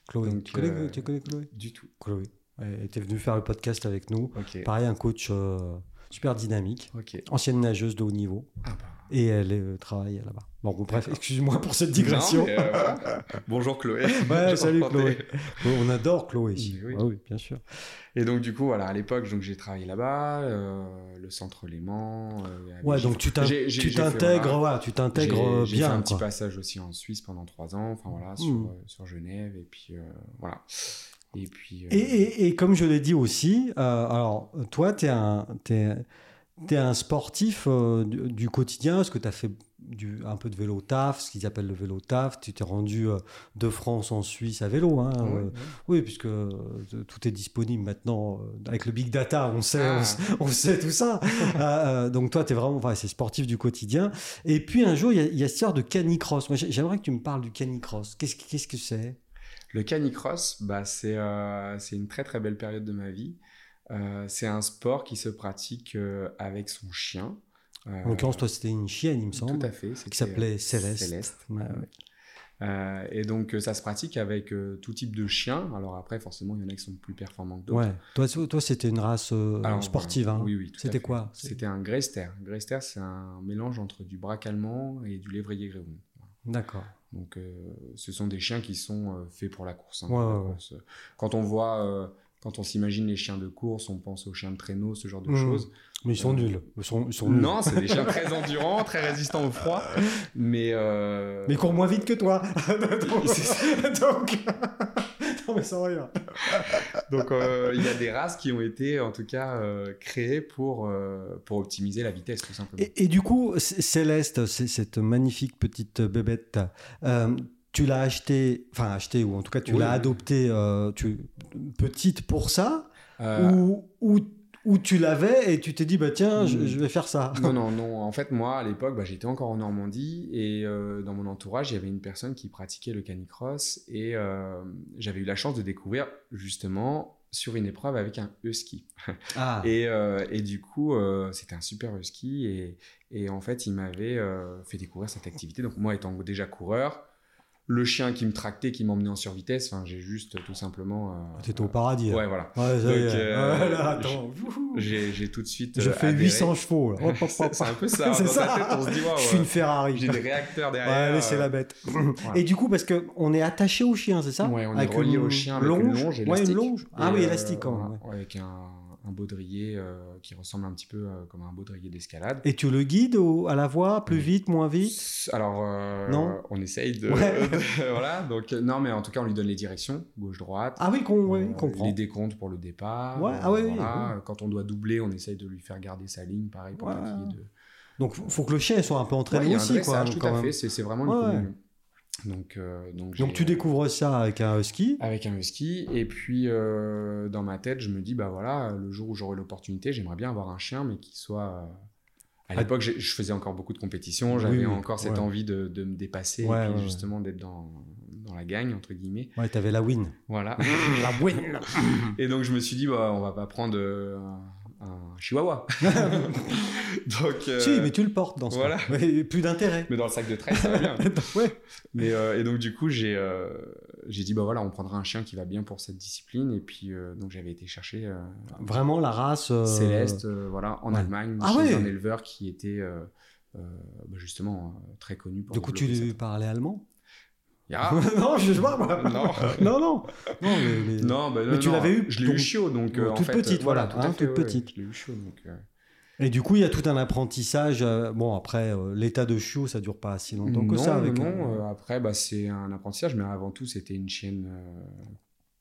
S1: Chloé.
S2: Donc,
S1: tu, connais,
S2: euh,
S1: tu connais Chloé
S2: Du tout.
S1: Chloé. Elle était venue faire le podcast avec nous.
S2: Ok.
S1: Pareil, un coach euh, super dynamique,
S2: Ok.
S1: ancienne nageuse de haut niveau.
S2: Ah bah.
S1: Et elle euh, travaille là-bas. Bon, bon, bref, excuse-moi pour cette digression.
S2: Non, mais, euh, voilà. Bonjour Chloé.
S1: Ouais,
S2: *laughs* Je
S1: salut
S2: reprendrai.
S1: Chloé. Oui, on adore Chloé ici.
S2: Mais oui.
S1: Ah oui, bien sûr.
S2: Et donc du coup, voilà, à l'époque, donc j'ai travaillé là-bas, euh, le centre Léman. euh, à
S1: Ouais,
S2: Vichy.
S1: donc tu t'in-
S2: J'ai- j'ai-
S1: tu
S2: j'ai fait,
S1: t'intègres,
S2: voilà,
S1: voilà, tu t'intègres
S2: j'ai-
S1: euh,
S2: J'ai fait un
S1: bien.
S2: petit
S1: quoi.
S2: passage aussi en Suisse pendant trois ans, enfin voilà, sur,
S1: Mm.
S2: euh, sur Genève et puis euh, voilà. Et puis. euh,
S1: Et, et- et comme je l'ai dit aussi, euh, alors toi, tu es un, t'es- t'es un sportif euh, du, du quotidien, parce que tu as fait du, un peu de vélo taf, ce qu'ils appellent le vélo taf. Tu t'es rendu euh, de France en Suisse à vélo. hein,
S2: ouais,
S1: euh,
S2: ah ouais.
S1: oui, puisque euh, tout est disponible maintenant. euh, Avec le big data, on sait, on
S2: Ah.
S1: sait- *laughs* on sait tout ça. Euh, euh, donc toi, tu es vraiment, enfin, c'est sportif du quotidien. Et puis un jour, il y a- il y, a cette histoire de canicross. Moi, j'ai- j'aimerais que tu me parles du canicross. Qu'est-ce que- qu'est-ce que c'est
S2: Le canicross, bah, c'est euh, c'est une très très belle période de ma vie. Euh, c'est un sport qui se pratique euh, avec son chien. Euh,
S1: En l'occurrence, toi, c'était une chienne, il me
S2: Tout
S1: semble,
S2: à fait. euh,
S1: qui s'appelait Céleste.
S2: Céleste.
S1: Ouais, ouais.
S2: Euh, et donc, euh, ça se pratique avec euh, tout type de chiens. Alors après, forcément, il y en a qui sont plus performants que d'autres.
S1: Ouais. Toi, so- toi, c'était une race euh,
S2: Alors,
S1: sportive. hein.
S2: Oui, oui. tout à
S1: C'était
S2: fait.
S1: quoi
S2: C'était un Greister. Un Greister, c'est un mélange entre du braque allemand et du lévrier grévin.
S1: D'accord.
S2: Donc, euh, ce sont des chiens qui sont euh, faits pour la course. hein,
S1: Ouais,
S2: pour la
S1: ouais, ouais.
S2: course. Quand on voit, euh, quand on s'imagine les chiens de course, on pense aux chiens de traîneau, ce genre de
S1: Mhm.
S2: choses.
S1: Mais ils sont
S2: Euh,
S1: nuls. Ils sont, ils sont nuls.
S2: Non, c'est
S1: *laughs*
S2: des chiens très endurants, très résistants au froid. Mais. euh,
S1: Mais ils courent moins vite que *laughs* toi. donc.
S2: C'est
S1: donc- non, mais sans rien.
S2: Donc euh, il y a des races qui ont été en tout cas euh, créées pour, euh, pour optimiser la vitesse tout simplement.
S1: Et, et du coup, C- Céleste, c'est cette magnifique petite bébête, euh, tu l'as achetée, enfin achetée, ou en tout cas tu
S2: Oui,
S1: l'as
S2: oui.
S1: adoptée euh, tu, petite pour ça,
S2: Euh,
S1: ou, ou, ou tu l'avais et tu t'es dit, bah tiens, je,
S2: Mm.
S1: je vais faire ça.
S2: Non, non, non. En fait, moi, à l'époque, bah, j'étais encore en Normandie et euh, dans mon entourage, il y avait une personne qui pratiquait le canicross et euh, j'avais eu la chance de découvrir justement sur une épreuve avec un husky.
S1: *laughs* Ah,
S2: Et, euh, et du coup, euh, c'était un super husky et, et en fait, il m'avait euh, fait découvrir cette activité. Donc moi, étant déjà coureur, le chien qui me tractait, qui m'emmenait en survitesse, enfin, j'ai juste euh, tout simplement. euh,
S1: t'étais au paradis.
S2: Ouais, voilà.
S1: Ouais, ça y
S2: Donc,
S1: est.
S2: euh,
S1: Ouais, là,
S2: je-
S1: attends.
S2: J'ai j'ai tout de suite.
S1: Je
S2: euh,
S1: fais
S2: adhéré. *laughs*
S1: 800 chevaux. là. Hop, hop,
S2: C'est
S1: hop.
S2: c'est un peu ça.
S1: *laughs* C'est
S2: Dans
S1: ça.
S2: sa tête, on se dit, waouh,
S1: Je suis une
S2: euh, j'ai
S1: Ferrari.
S2: des réacteurs
S1: *laughs*
S2: derrière. euh,
S1: Ouais, laissez la
S2: *clears throat*
S1: bête.
S2: Voilà.
S1: Et du coup, parce que on est attaché au chien, c'est ça
S2: Ouais, on est
S1: Avec
S2: relié
S1: une
S2: au chien avec une longe
S1: Ouais, une
S2: élastique.
S1: longe. Ah
S2: Et,
S1: oui,
S2: euh,
S1: élastique quand même. ouais.
S2: voilà, Avec un, un baudrier euh, qui ressemble un petit peu euh, comme un baudrier d'escalade.
S1: Et tu le guides au- à la voix, plus
S2: Oui.
S1: vite, moins vite
S2: Alors, euh,
S1: Non
S2: on essaye de.
S1: Ouais.
S2: *laughs* de- voilà, donc, euh, non, mais en tout cas, on lui donne les directions, gauche-droite.
S1: Ah oui, qu'on ouais,
S2: Euh,
S1: il comprend.
S2: Les décomptes pour le départ.
S1: Ouais,
S2: euh,
S1: ah ouais, oui,
S2: voilà. Quand on doit doubler, on essaye de lui faire garder sa ligne, pareil, pour
S1: Ouais.
S2: qu'il y ait de-
S1: Donc, faut faut que le chien soit un peu entraîné
S2: Ouais, il y a un
S1: aussi, quoi.
S2: dressage, tout
S1: quand
S2: à
S1: même.
S2: fait, c'est c'est vraiment une
S1: Ouais, ouais.
S2: communion. Donc, euh, donc,
S1: Donc,
S2: j'ai-
S1: tu découvres ça avec un husky.
S2: avec un husky. Et puis, euh, dans ma tête, je me dis, bah voilà, le jour où j'aurai l'opportunité, j'aimerais bien avoir un chien, mais qui soit euh, À l'époque, j'ai- je faisais encore beaucoup de compétitions, j'avais
S1: Ah. Oui, oui,
S2: encore cette
S1: ouais.
S2: envie de, de me dépasser
S1: Ouais,
S2: et puis
S1: ouais, ouais.
S2: justement d'être dans, dans la gagne, entre guillemets.
S1: Ouais, t'avais la
S2: *clears throat*
S1: win.
S2: Voilà.
S1: la *laughs* win
S2: *laughs* Et donc, je me suis dit, bah, on va pas prendre euh, un, un chihuahua. *laughs* donc, euh,
S1: Si, mais tu le portes dans ce
S2: voilà.
S1: cas. Mais plus d'intérêt.
S2: mais dans le sac de traîne, ça
S1: *laughs*
S2: va bien.
S1: ouais.
S2: Mais, euh, et donc, du coup, j'ai euh, j'ai dit, bah voilà, on prendra un chien qui va bien pour cette discipline. Et puis, euh, donc, j'avais été chercher euh,
S1: Vraiment la race. euh,
S2: Céleste, euh, voilà, en
S1: ouais.
S2: Allemagne,
S1: Ah
S2: chez
S1: ouais
S2: un éleveur qui était euh, euh, bah, justement euh, très connu pour.
S1: Du coup,
S2: développer
S1: tu
S2: cette-
S1: parlais allemand *laughs*
S2: Ah
S1: Non, je sais pas moi.
S2: *laughs*
S1: *laughs*
S2: Non.
S1: non, non. Non, mais, mais-
S2: Non, bah, non,
S1: Mais tu
S2: non,
S1: l'avais eu,
S2: Je l'ai
S1: donc,
S2: eu chiot, donc
S1: euh,
S2: en
S1: toute
S2: fait,
S1: petite,
S2: euh,
S1: voilà, hein, toute petite.
S2: Je l'ai eu chiot, donc. euh,
S1: Et du coup, il y a tout un apprentissage. euh, bon, après, euh, l'état de chiot, ça dure pas si longtemps que
S2: non,
S1: ça. Avec
S2: non, non, euh, après, bah, c'est un apprentissage, mais avant tout, c'était une chienne euh,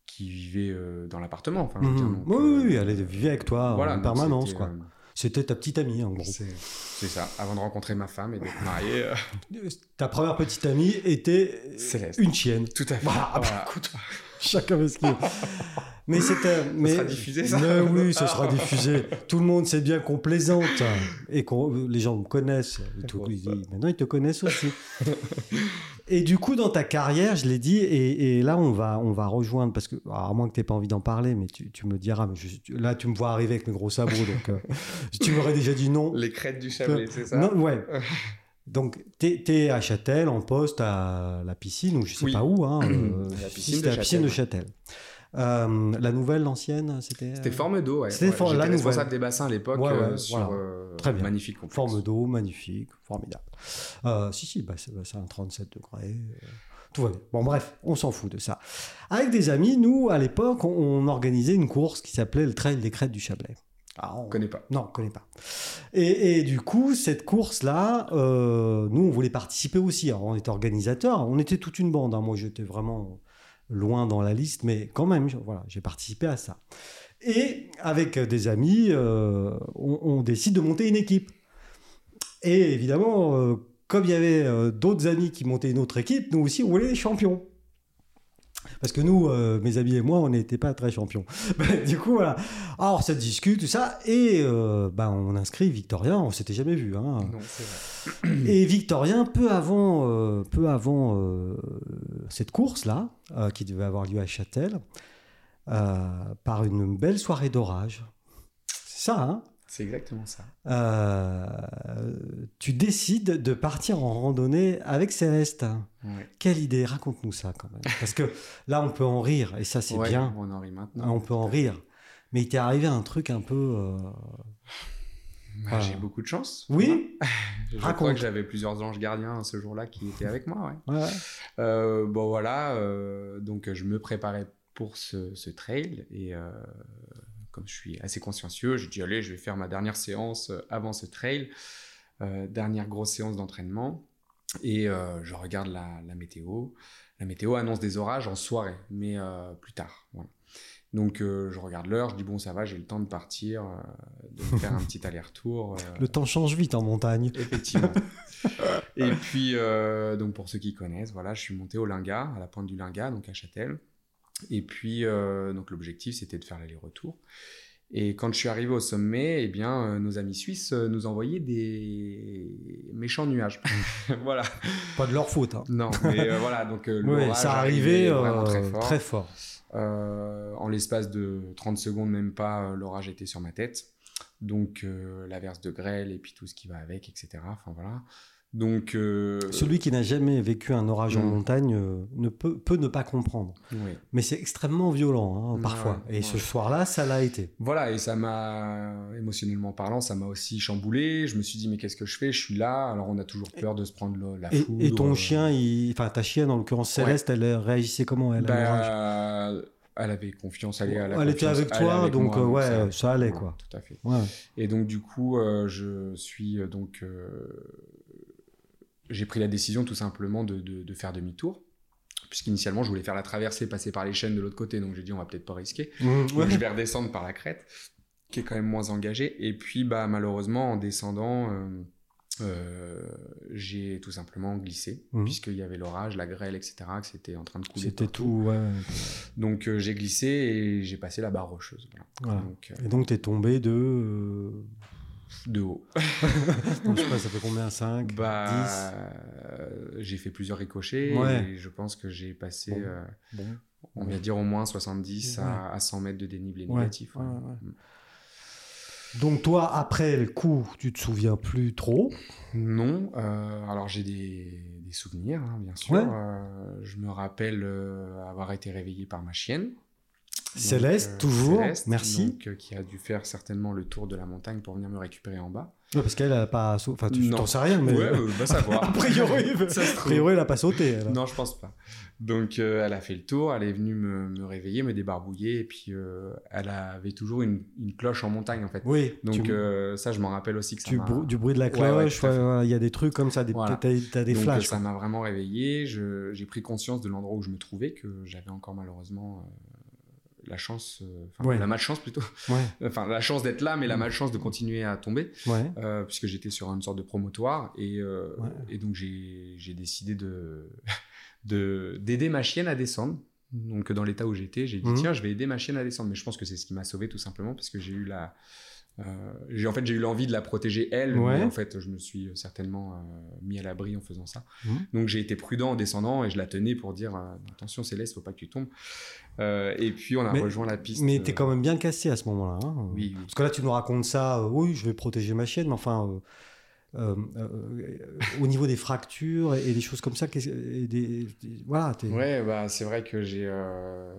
S2: qui vivait euh, dans l'appartement. Enfin, je veux
S1: Mhm.
S2: dire, donc,
S1: Oui, oui, oui,
S2: euh,
S1: elle vivait avec toi
S2: voilà,
S1: en
S2: donc
S1: permanence.
S2: c'était,
S1: quoi.
S2: euh,
S1: C'était ta petite amie, en gros.
S2: c'est c'est ça. Avant de rencontrer ma femme et d'être marié, euh, *laughs*
S1: Ta première petite amie était euh,
S2: Céleste.
S1: une
S2: *laughs*
S1: chienne.
S2: tout à fait.
S1: Voilà, ah bah,
S2: Voilà.
S1: écoute, chacun veut ce qu'il veut. Mais c'était. mais-
S2: sera diffusé, ça
S1: Mais oui, ça sera diffusé. Tout le monde sait bien qu'on plaisante et qu'on euh, les gens me connaissent. Et tout- ils- ils- maintenant, ils te connaissent aussi.
S2: *laughs*
S1: Et du coup, dans ta carrière, je l'ai dit, et, et là, on va, on va rejoindre, parce que, alors, à moins que tu n'aies pas envie d'en parler, mais tu, tu me diras, mais je- tu- là, tu me vois arriver avec mes gros sabots,
S2: *laughs*
S1: donc euh, tu m'aurais déjà dit non.
S2: Les crêtes
S1: *laughs*
S2: du Chablais, c'est ça
S1: Non,
S2: *laughs*
S1: ouais. Donc, t'es es à Châtel, en poste, à la piscine, ou je sais
S2: Oui.
S1: pas où.
S2: *clears throat*
S1: Hein,
S2: À la piscine
S1: si, c'était
S2: de
S1: la
S2: Châtel,
S1: piscine de
S2: ouais.
S1: Châtel. Euh, la nouvelle, l'ancienne, c'était.
S2: C'était
S1: euh,
S2: forme d'eau, ouais.
S1: C'était
S2: ouais.
S1: Forme-
S2: J'étais
S1: la nouvelle.
S2: responsable des bassins à l'époque
S1: Ouais, ouais,
S2: euh, sur
S1: voilà.
S2: euh,
S1: Très bien.
S2: magnifique complexe.
S1: Forme d'eau, magnifique, formidable. Euh, si, si, bah, c'est bah, c'est un 37 degrés. euh, Tout va bien. Bon, bref, on s'en fout de ça. Avec des amis, nous, à l'époque, on, on organisait une course qui s'appelait le Trail des Crêtes du Chablais. Ah, on
S2: On connaît pas.
S1: Non, on ne connaît pas. Et, et du coup, cette course-là, euh, nous, on voulait participer aussi. Alors, on était organisateurs, on était toute une bande. hein. Moi, j'étais vraiment loin dans la liste, mais quand même, je- voilà, j'ai participé à ça. Et avec des amis, euh, on, on décide de monter une équipe. Et évidemment, euh, comme il y avait euh, d'autres amis qui montaient une autre équipe, nous aussi, on voulait les champions. Parce que nous, euh, mes amis et moi, on n'était pas très champions. *laughs* Bah, du coup, voilà. Alors, ça discute, tout ça. Et euh, bah, on inscrit Victorien. On s'était jamais vu. Hein.
S2: Non, c'est vrai.
S1: Et Victorien, peu avant, euh, peu avant euh, cette course-là, euh, qui devait avoir lieu à Châtel, euh, par une belle soirée d'orage. C'est ça, hein
S2: C'est exactement ça.
S1: Euh, Tu décides de partir en randonnée avec Céleste.
S2: Ouais.
S1: Quelle idée Raconte-nous ça quand même. Parce que là, on peut en rire, et ça, c'est
S2: Ouais,
S1: bien. Hein,
S2: On en rit maintenant.
S1: on peut en rire. Mais il t'est arrivé un truc un peu. euh,
S2: Bah,
S1: Voilà.
S2: J'ai beaucoup de chance.
S1: Oui
S2: Je
S1: Raconte.
S2: crois que j'avais plusieurs anges gardiens ce jour-là qui étaient avec moi. ouais.
S1: Ouais.
S2: Euh, bon voilà, euh, donc je me préparais pour ce, ce trail et euh, comme je suis assez consciencieux, j'ai dit allez, je vais faire ma dernière séance euh, avant ce trail, Euh, dernière grosse séance d'entraînement et euh, je regarde la, la météo. La météo annonce des orages en soirée, mais euh, plus tard. voilà. Donc euh, je regarde l'heure, je dis bon ça va, j'ai le temps de partir, euh, de me faire un petit aller-retour. euh,
S1: Le temps change vite en montagne. *laughs*
S2: Effectivement. et puis, euh, donc pour ceux qui connaissent, voilà, je suis monté au Linga, à la pointe du Linga, donc à Châtel. Et puis, euh, donc l'objectif, c'était de faire l'aller-retour. Et quand je suis arrivé au sommet, eh bien, euh, nos amis suisses euh, nous envoyaient des méchants nuages. *laughs* voilà.
S1: Pas de leur faute. Hein.
S2: Non, mais euh, voilà, donc euh,
S1: Ouais,
S2: l'orage
S1: ça arrivait
S2: arrivait vraiment
S1: euh,
S2: très fort.
S1: très fort.
S2: Euh, en l'espace de 30 secondes, même pas, euh, l'orage était sur ma tête. Donc, euh, l'averse de grêle et puis tout ce qui va avec, etc. Enfin, voilà. Donc, euh, Mm.
S1: Celui qui n'a jamais vécu un orage en
S2: Non.
S1: montagne euh, ne peut, peut ne pas comprendre.
S2: oui.
S1: Mais c'est extrêmement violent hein,
S2: Ouais,
S1: parfois. Et
S2: ouais.
S1: ce soir-là, ça l'a été.
S2: Voilà, et ça m'a, émotionnellement parlant, ça m'a aussi chamboulé. Je me suis dit, mais qu'est-ce que je fais Je suis là. Alors, on a toujours peur de se prendre le- la
S1: Et,
S2: foudre.
S1: et ton
S2: euh,
S1: chien, il- enfin ta chienne en l'occurrence
S2: Ouais.
S1: Céleste, elle réagissait comment elle à l'orage
S2: bah, Euh, Elle avait confiance. Elle, est- elle a
S1: Elle était
S2: confiance,
S1: avec
S2: elle est
S1: toi,
S2: avec
S1: donc
S2: moi,
S1: euh, ouais,
S2: ça allait.
S1: ça allait
S2: Voilà,
S1: quoi.
S2: Tout à fait.
S1: Ouais.
S2: Et donc du coup, euh, je suis euh, donc euh, j'ai pris la décision tout simplement de, de- de faire demi-tour, puisqu'initialement je voulais faire la traversée, passer par les chaînes de l'autre côté, donc j'ai dit on va peut-être pas risquer.
S1: Ouais.
S2: Donc, Mm, je vais redescendre par la crête, qui est quand même moins engagée. Et puis bah malheureusement en descendant. euh, euh, j'ai tout simplement glissé
S1: Mhm.
S2: puisqu'il y avait l'orage, la grêle, etc. que c'était en train de couler.
S1: C'était
S2: partout.
S1: tout. ouais.
S2: Donc euh, j'ai glissé et j'ai passé la barre rocheuse. voilà.
S1: Voilà.
S2: Donc, euh,
S1: Et donc t'es tombé de euh,
S2: de haut.
S1: Donc, je sais pas, ça fait combien 5
S2: Bah, euh, j'ai fait plusieurs ricochets
S1: Ouais.
S2: et je pense que j'ai passé,
S1: Bon.
S2: euh,
S1: 10 Bon.
S2: on va dire, au moins 70 à, à 100 mètres de dénivelé négatif.
S1: ouais,
S2: ouais.
S1: ouais.
S2: Mm.
S1: Donc toi, après le coup, tu te souviens plus trop.
S2: Non, euh, alors j'ai des, des souvenirs, hein, bien sûr.
S1: Ouais.
S2: Euh, je me rappelle euh, avoir été réveillé par ma chienne.
S1: Céleste,
S2: euh,
S1: toujours. Merci.
S2: donc, euh, qui a dû faire certainement le tour de la montagne pour venir me récupérer en bas.
S1: Ouais, parce qu'elle a pas... sau- Enfin, tu
S2: Non.
S1: t'en sais rien, mais...
S2: Ouais, euh, va
S1: *laughs*
S2: savoir.
S1: A priori,
S2: ça se
S1: a
S2: trouve.
S1: priori, elle a pas sauté. elle.
S2: Non, je pense pas. Donc, euh, elle a fait le tour, elle est venue me, me réveiller, me débarbouiller, et puis euh, elle avait toujours une, une cloche en montagne, en fait.
S1: Oui,
S2: Donc,
S1: tu,
S2: euh, ça, je m'en rappelle aussi que ça
S1: tu
S2: m'a-
S1: brou- du bruit de la
S2: Ouais, ouais, tout à
S1: cloche, ouais, ouais,
S2: fait.
S1: il y a des trucs comme ça, des...
S2: Voilà.
S1: t'as t'as des
S2: Donc, euh,
S1: flashs.
S2: ça m'a vraiment réveillé. Je- J'ai pris conscience de l'endroit où je me trouvais, que j'avais encore malheureusement euh, la chance, euh, enfin,
S1: Ouais.
S2: la malchance plutôt, *laughs*
S1: Ouais,
S2: enfin la chance d'être là, mais la
S1: Mm.
S2: malchance de continuer à tomber,
S1: ouais.
S2: euh, puisque j'étais sur une sorte de promotoire. Et, euh,
S1: Ouais.
S2: et donc j'ai j'ai décidé de *laughs* de- d'aider ma chienne à descendre. Donc dans l'état où j'étais, j'ai dit
S1: Mhm.
S2: tiens, je vais aider ma chienne à descendre. Mais je pense que c'est ce qui m'a sauvé tout simplement parce que j'ai eu la euh, j'ai en fait j'ai eu l'envie de la protéger elle,
S1: Ouais.
S2: mais en fait je me suis certainement euh, mis à l'abri en faisant ça.
S1: Mhm.
S2: Donc j'ai été prudent en descendant et je la tenais pour dire euh, attention Céleste, faut pas que tu tombes. Euh, et puis on a
S1: Mais-
S2: rejoint la piste.
S1: Mais t'es
S2: euh,
S1: quand même bien cassé à ce moment-là. hein.
S2: Oui, oui.
S1: Parce que là, tu nous racontes ça, euh, oui, je vais protéger ma chienne, mais enfin, euh, euh, euh, au niveau des fractures et, et des choses comme ça, qu'est-ce- et des, des- voilà, t'es-
S2: Ouais, bah, c'est vrai que j'ai, euh,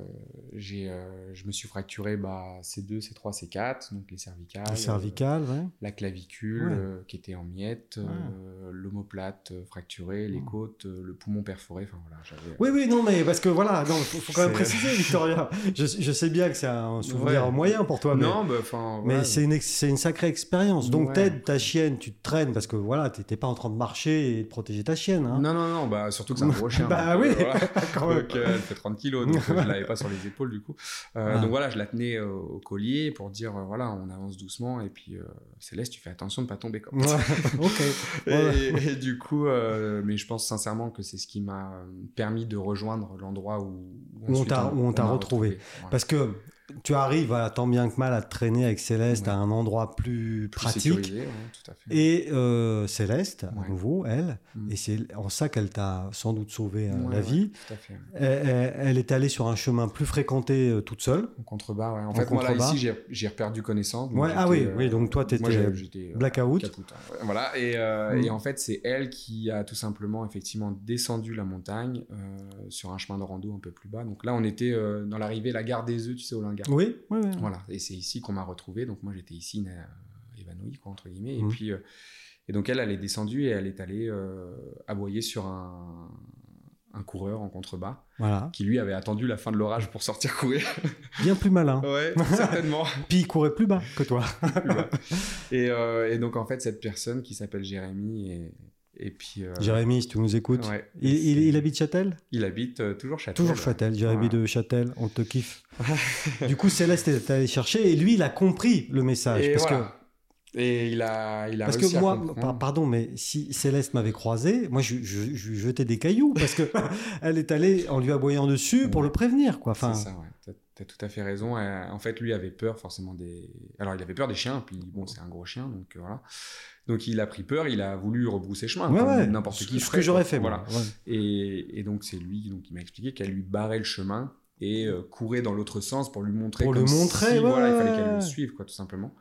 S2: j'ai, euh, je me suis fracturé bah, C2, C3, C4, donc les cervicales,
S1: le cervical, ouais.
S2: euh, la clavicule
S1: Ouais. Ah.
S2: euh, qui était en miettes, euh, l'omoplate euh, fracturée, les
S1: Mm.
S2: côtes, euh, le poumon perforé. Enfin voilà, j'avais. euh,
S1: Oui, oui, non, mais parce que voilà, il faut, faut quand même
S2: C'est-
S1: préciser,
S2: *laughs*
S1: Victoria. Je, je sais bien que c'est un souvenir
S2: Ouais.
S1: moyen pour toi, mais,
S2: non, bah, enfin.
S1: mais
S2: voilà.
S1: c'est une, ex- c'est une sacrée expérience. Donc,
S2: Ouais.
S1: t'aides ta chienne, tu te traînes, parce que voilà, t'étais pas en train de marcher et de protéger ta chienne. hein.
S2: Non, non, non, bah, surtout que c'est un gros chien.
S1: Bah
S2: donc,
S1: oui.
S2: euh, voilà.
S1: *laughs* Quand même.
S2: Donc, euh, elle fait 30
S1: *laughs*
S2: kilos, donc euh, je l'avais pas sur les épaules du coup. Euh,
S1: Ah.
S2: Donc voilà, je la tenais euh, au collier pour dire euh, voilà, on avance doucement et puis euh, Céleste, tu fais attention de pas tomber
S1: Ouais,
S2: comme *laughs*
S1: ok.
S2: Et,
S1: Ouais.
S2: et du coup, euh, mais je pense sincèrement que c'est ce qui m'a euh, permis de rejoindre l'endroit où,
S1: Où on
S2: ensuite
S1: t'a- où on t'a
S2: m'a
S1: retrouvé.
S2: Voilà.
S1: Parce que tu arrives à, tant bien que mal à te traîner avec Céleste
S2: Ouais.
S1: à un endroit plus,
S2: Plus
S1: pratique.
S2: sécurisé, ouais, tout à fait.
S1: Et euh, Céleste, à
S2: Ouais.
S1: nouveau, elle,
S2: Mm.
S1: et c'est en ça qu'elle t'a sans doute sauvé euh,
S2: Ouais,
S1: la
S2: ouais,
S1: vie,
S2: tout à fait.
S1: elle, elle- elle est allée sur un chemin plus fréquenté euh, toute seule.
S2: En contrebas, ouais. En,
S1: En
S2: fait, moi, là,
S1: contrebas.
S2: ici, j'ai- j'ai reperdu connaissance. donc
S1: Ouais, ah
S2: j'étais,
S1: oui, oui, donc toi,
S2: moi,
S1: t'étais
S2: j'ai- j'étais, euh,
S1: Blackout.
S2: capoute, hein. Ouais, Voilà, et, euh,
S1: Mm.
S2: et en fait, c'est elle qui a tout simplement, effectivement, descendu la montagne euh, sur un chemin de rando un peu plus bas. Donc là, on était euh, dans l'arrivée, la gare des œufs, tu sais, au Lingard.
S1: Oui, oui, oui.
S2: Voilà, et c'est ici qu'on m'a retrouvé. Donc moi j'étais ici na- évanoui, quoi, entre guillemets. Et
S1: Mhm.
S2: puis, euh, et donc elle, elle est descendue et elle est allée euh, aboyer sur un, un coureur en contrebas
S1: Voilà.
S2: qui lui avait attendu la fin de l'orage pour
S1: *laughs*
S2: sortir courir.
S1: Bien plus malin.
S2: ouais, *laughs*
S1: *laughs*
S2: certainement.
S1: Puis il courait plus bas que
S2: Euh.
S1: toi.
S2: et, euh, et donc en fait, cette personne qui s'appelle Jérémy et, et puis. euh,
S1: Jérémy, si tu nous écoutes.
S2: ouais,
S1: Il, il- il habite Châtel
S2: il habite euh, toujours Châtel.
S1: Toujours Châtel, Jérémy
S2: Voilà.
S1: de Châtel, on te
S2: *laughs*
S1: kiffe. du coup, Céleste est allée chercher et lui, il a compris le message.
S2: Et
S1: parce Ah, que
S2: voilà. Et il a, il a
S1: Parce
S2: réussi
S1: que
S2: à
S1: moi,
S2: comprendre.
S1: par- pardon, mais si Céleste m'avait croisé, moi je, je, je lui jetais des cailloux parce
S2: *laughs*
S1: que elle est allée en lui aboyant dessus pour
S2: Ouais.
S1: le prévenir, quoi. Enfin,
S2: C'est ça, ouais. T'as- T'as tout à fait raison. Euh, en fait, lui avait peur forcément des. Alors, il avait peur des chiens, puis bon, c'est un gros chien, donc euh, voilà. Donc, il a pris peur, il a voulu rebrousser chemin,
S1: ouais,
S2: comme
S1: ouais,
S2: n'importe
S1: ce-
S2: qui.
S1: Ce
S2: ferait,
S1: que j'aurais
S2: quoi.
S1: fait,
S2: Voilà.
S1: voilà.
S2: Et, et donc, c'est lui donc, qui m'a expliqué qu'elle lui barrait le chemin et euh, courait dans l'autre sens pour lui montrer.
S1: Pour
S2: comme
S1: le montrer,
S2: si,
S1: ouais,
S2: voilà, il fallait
S1: ouais,
S2: qu'elle
S1: ouais.
S2: le suive, quoi, tout simplement.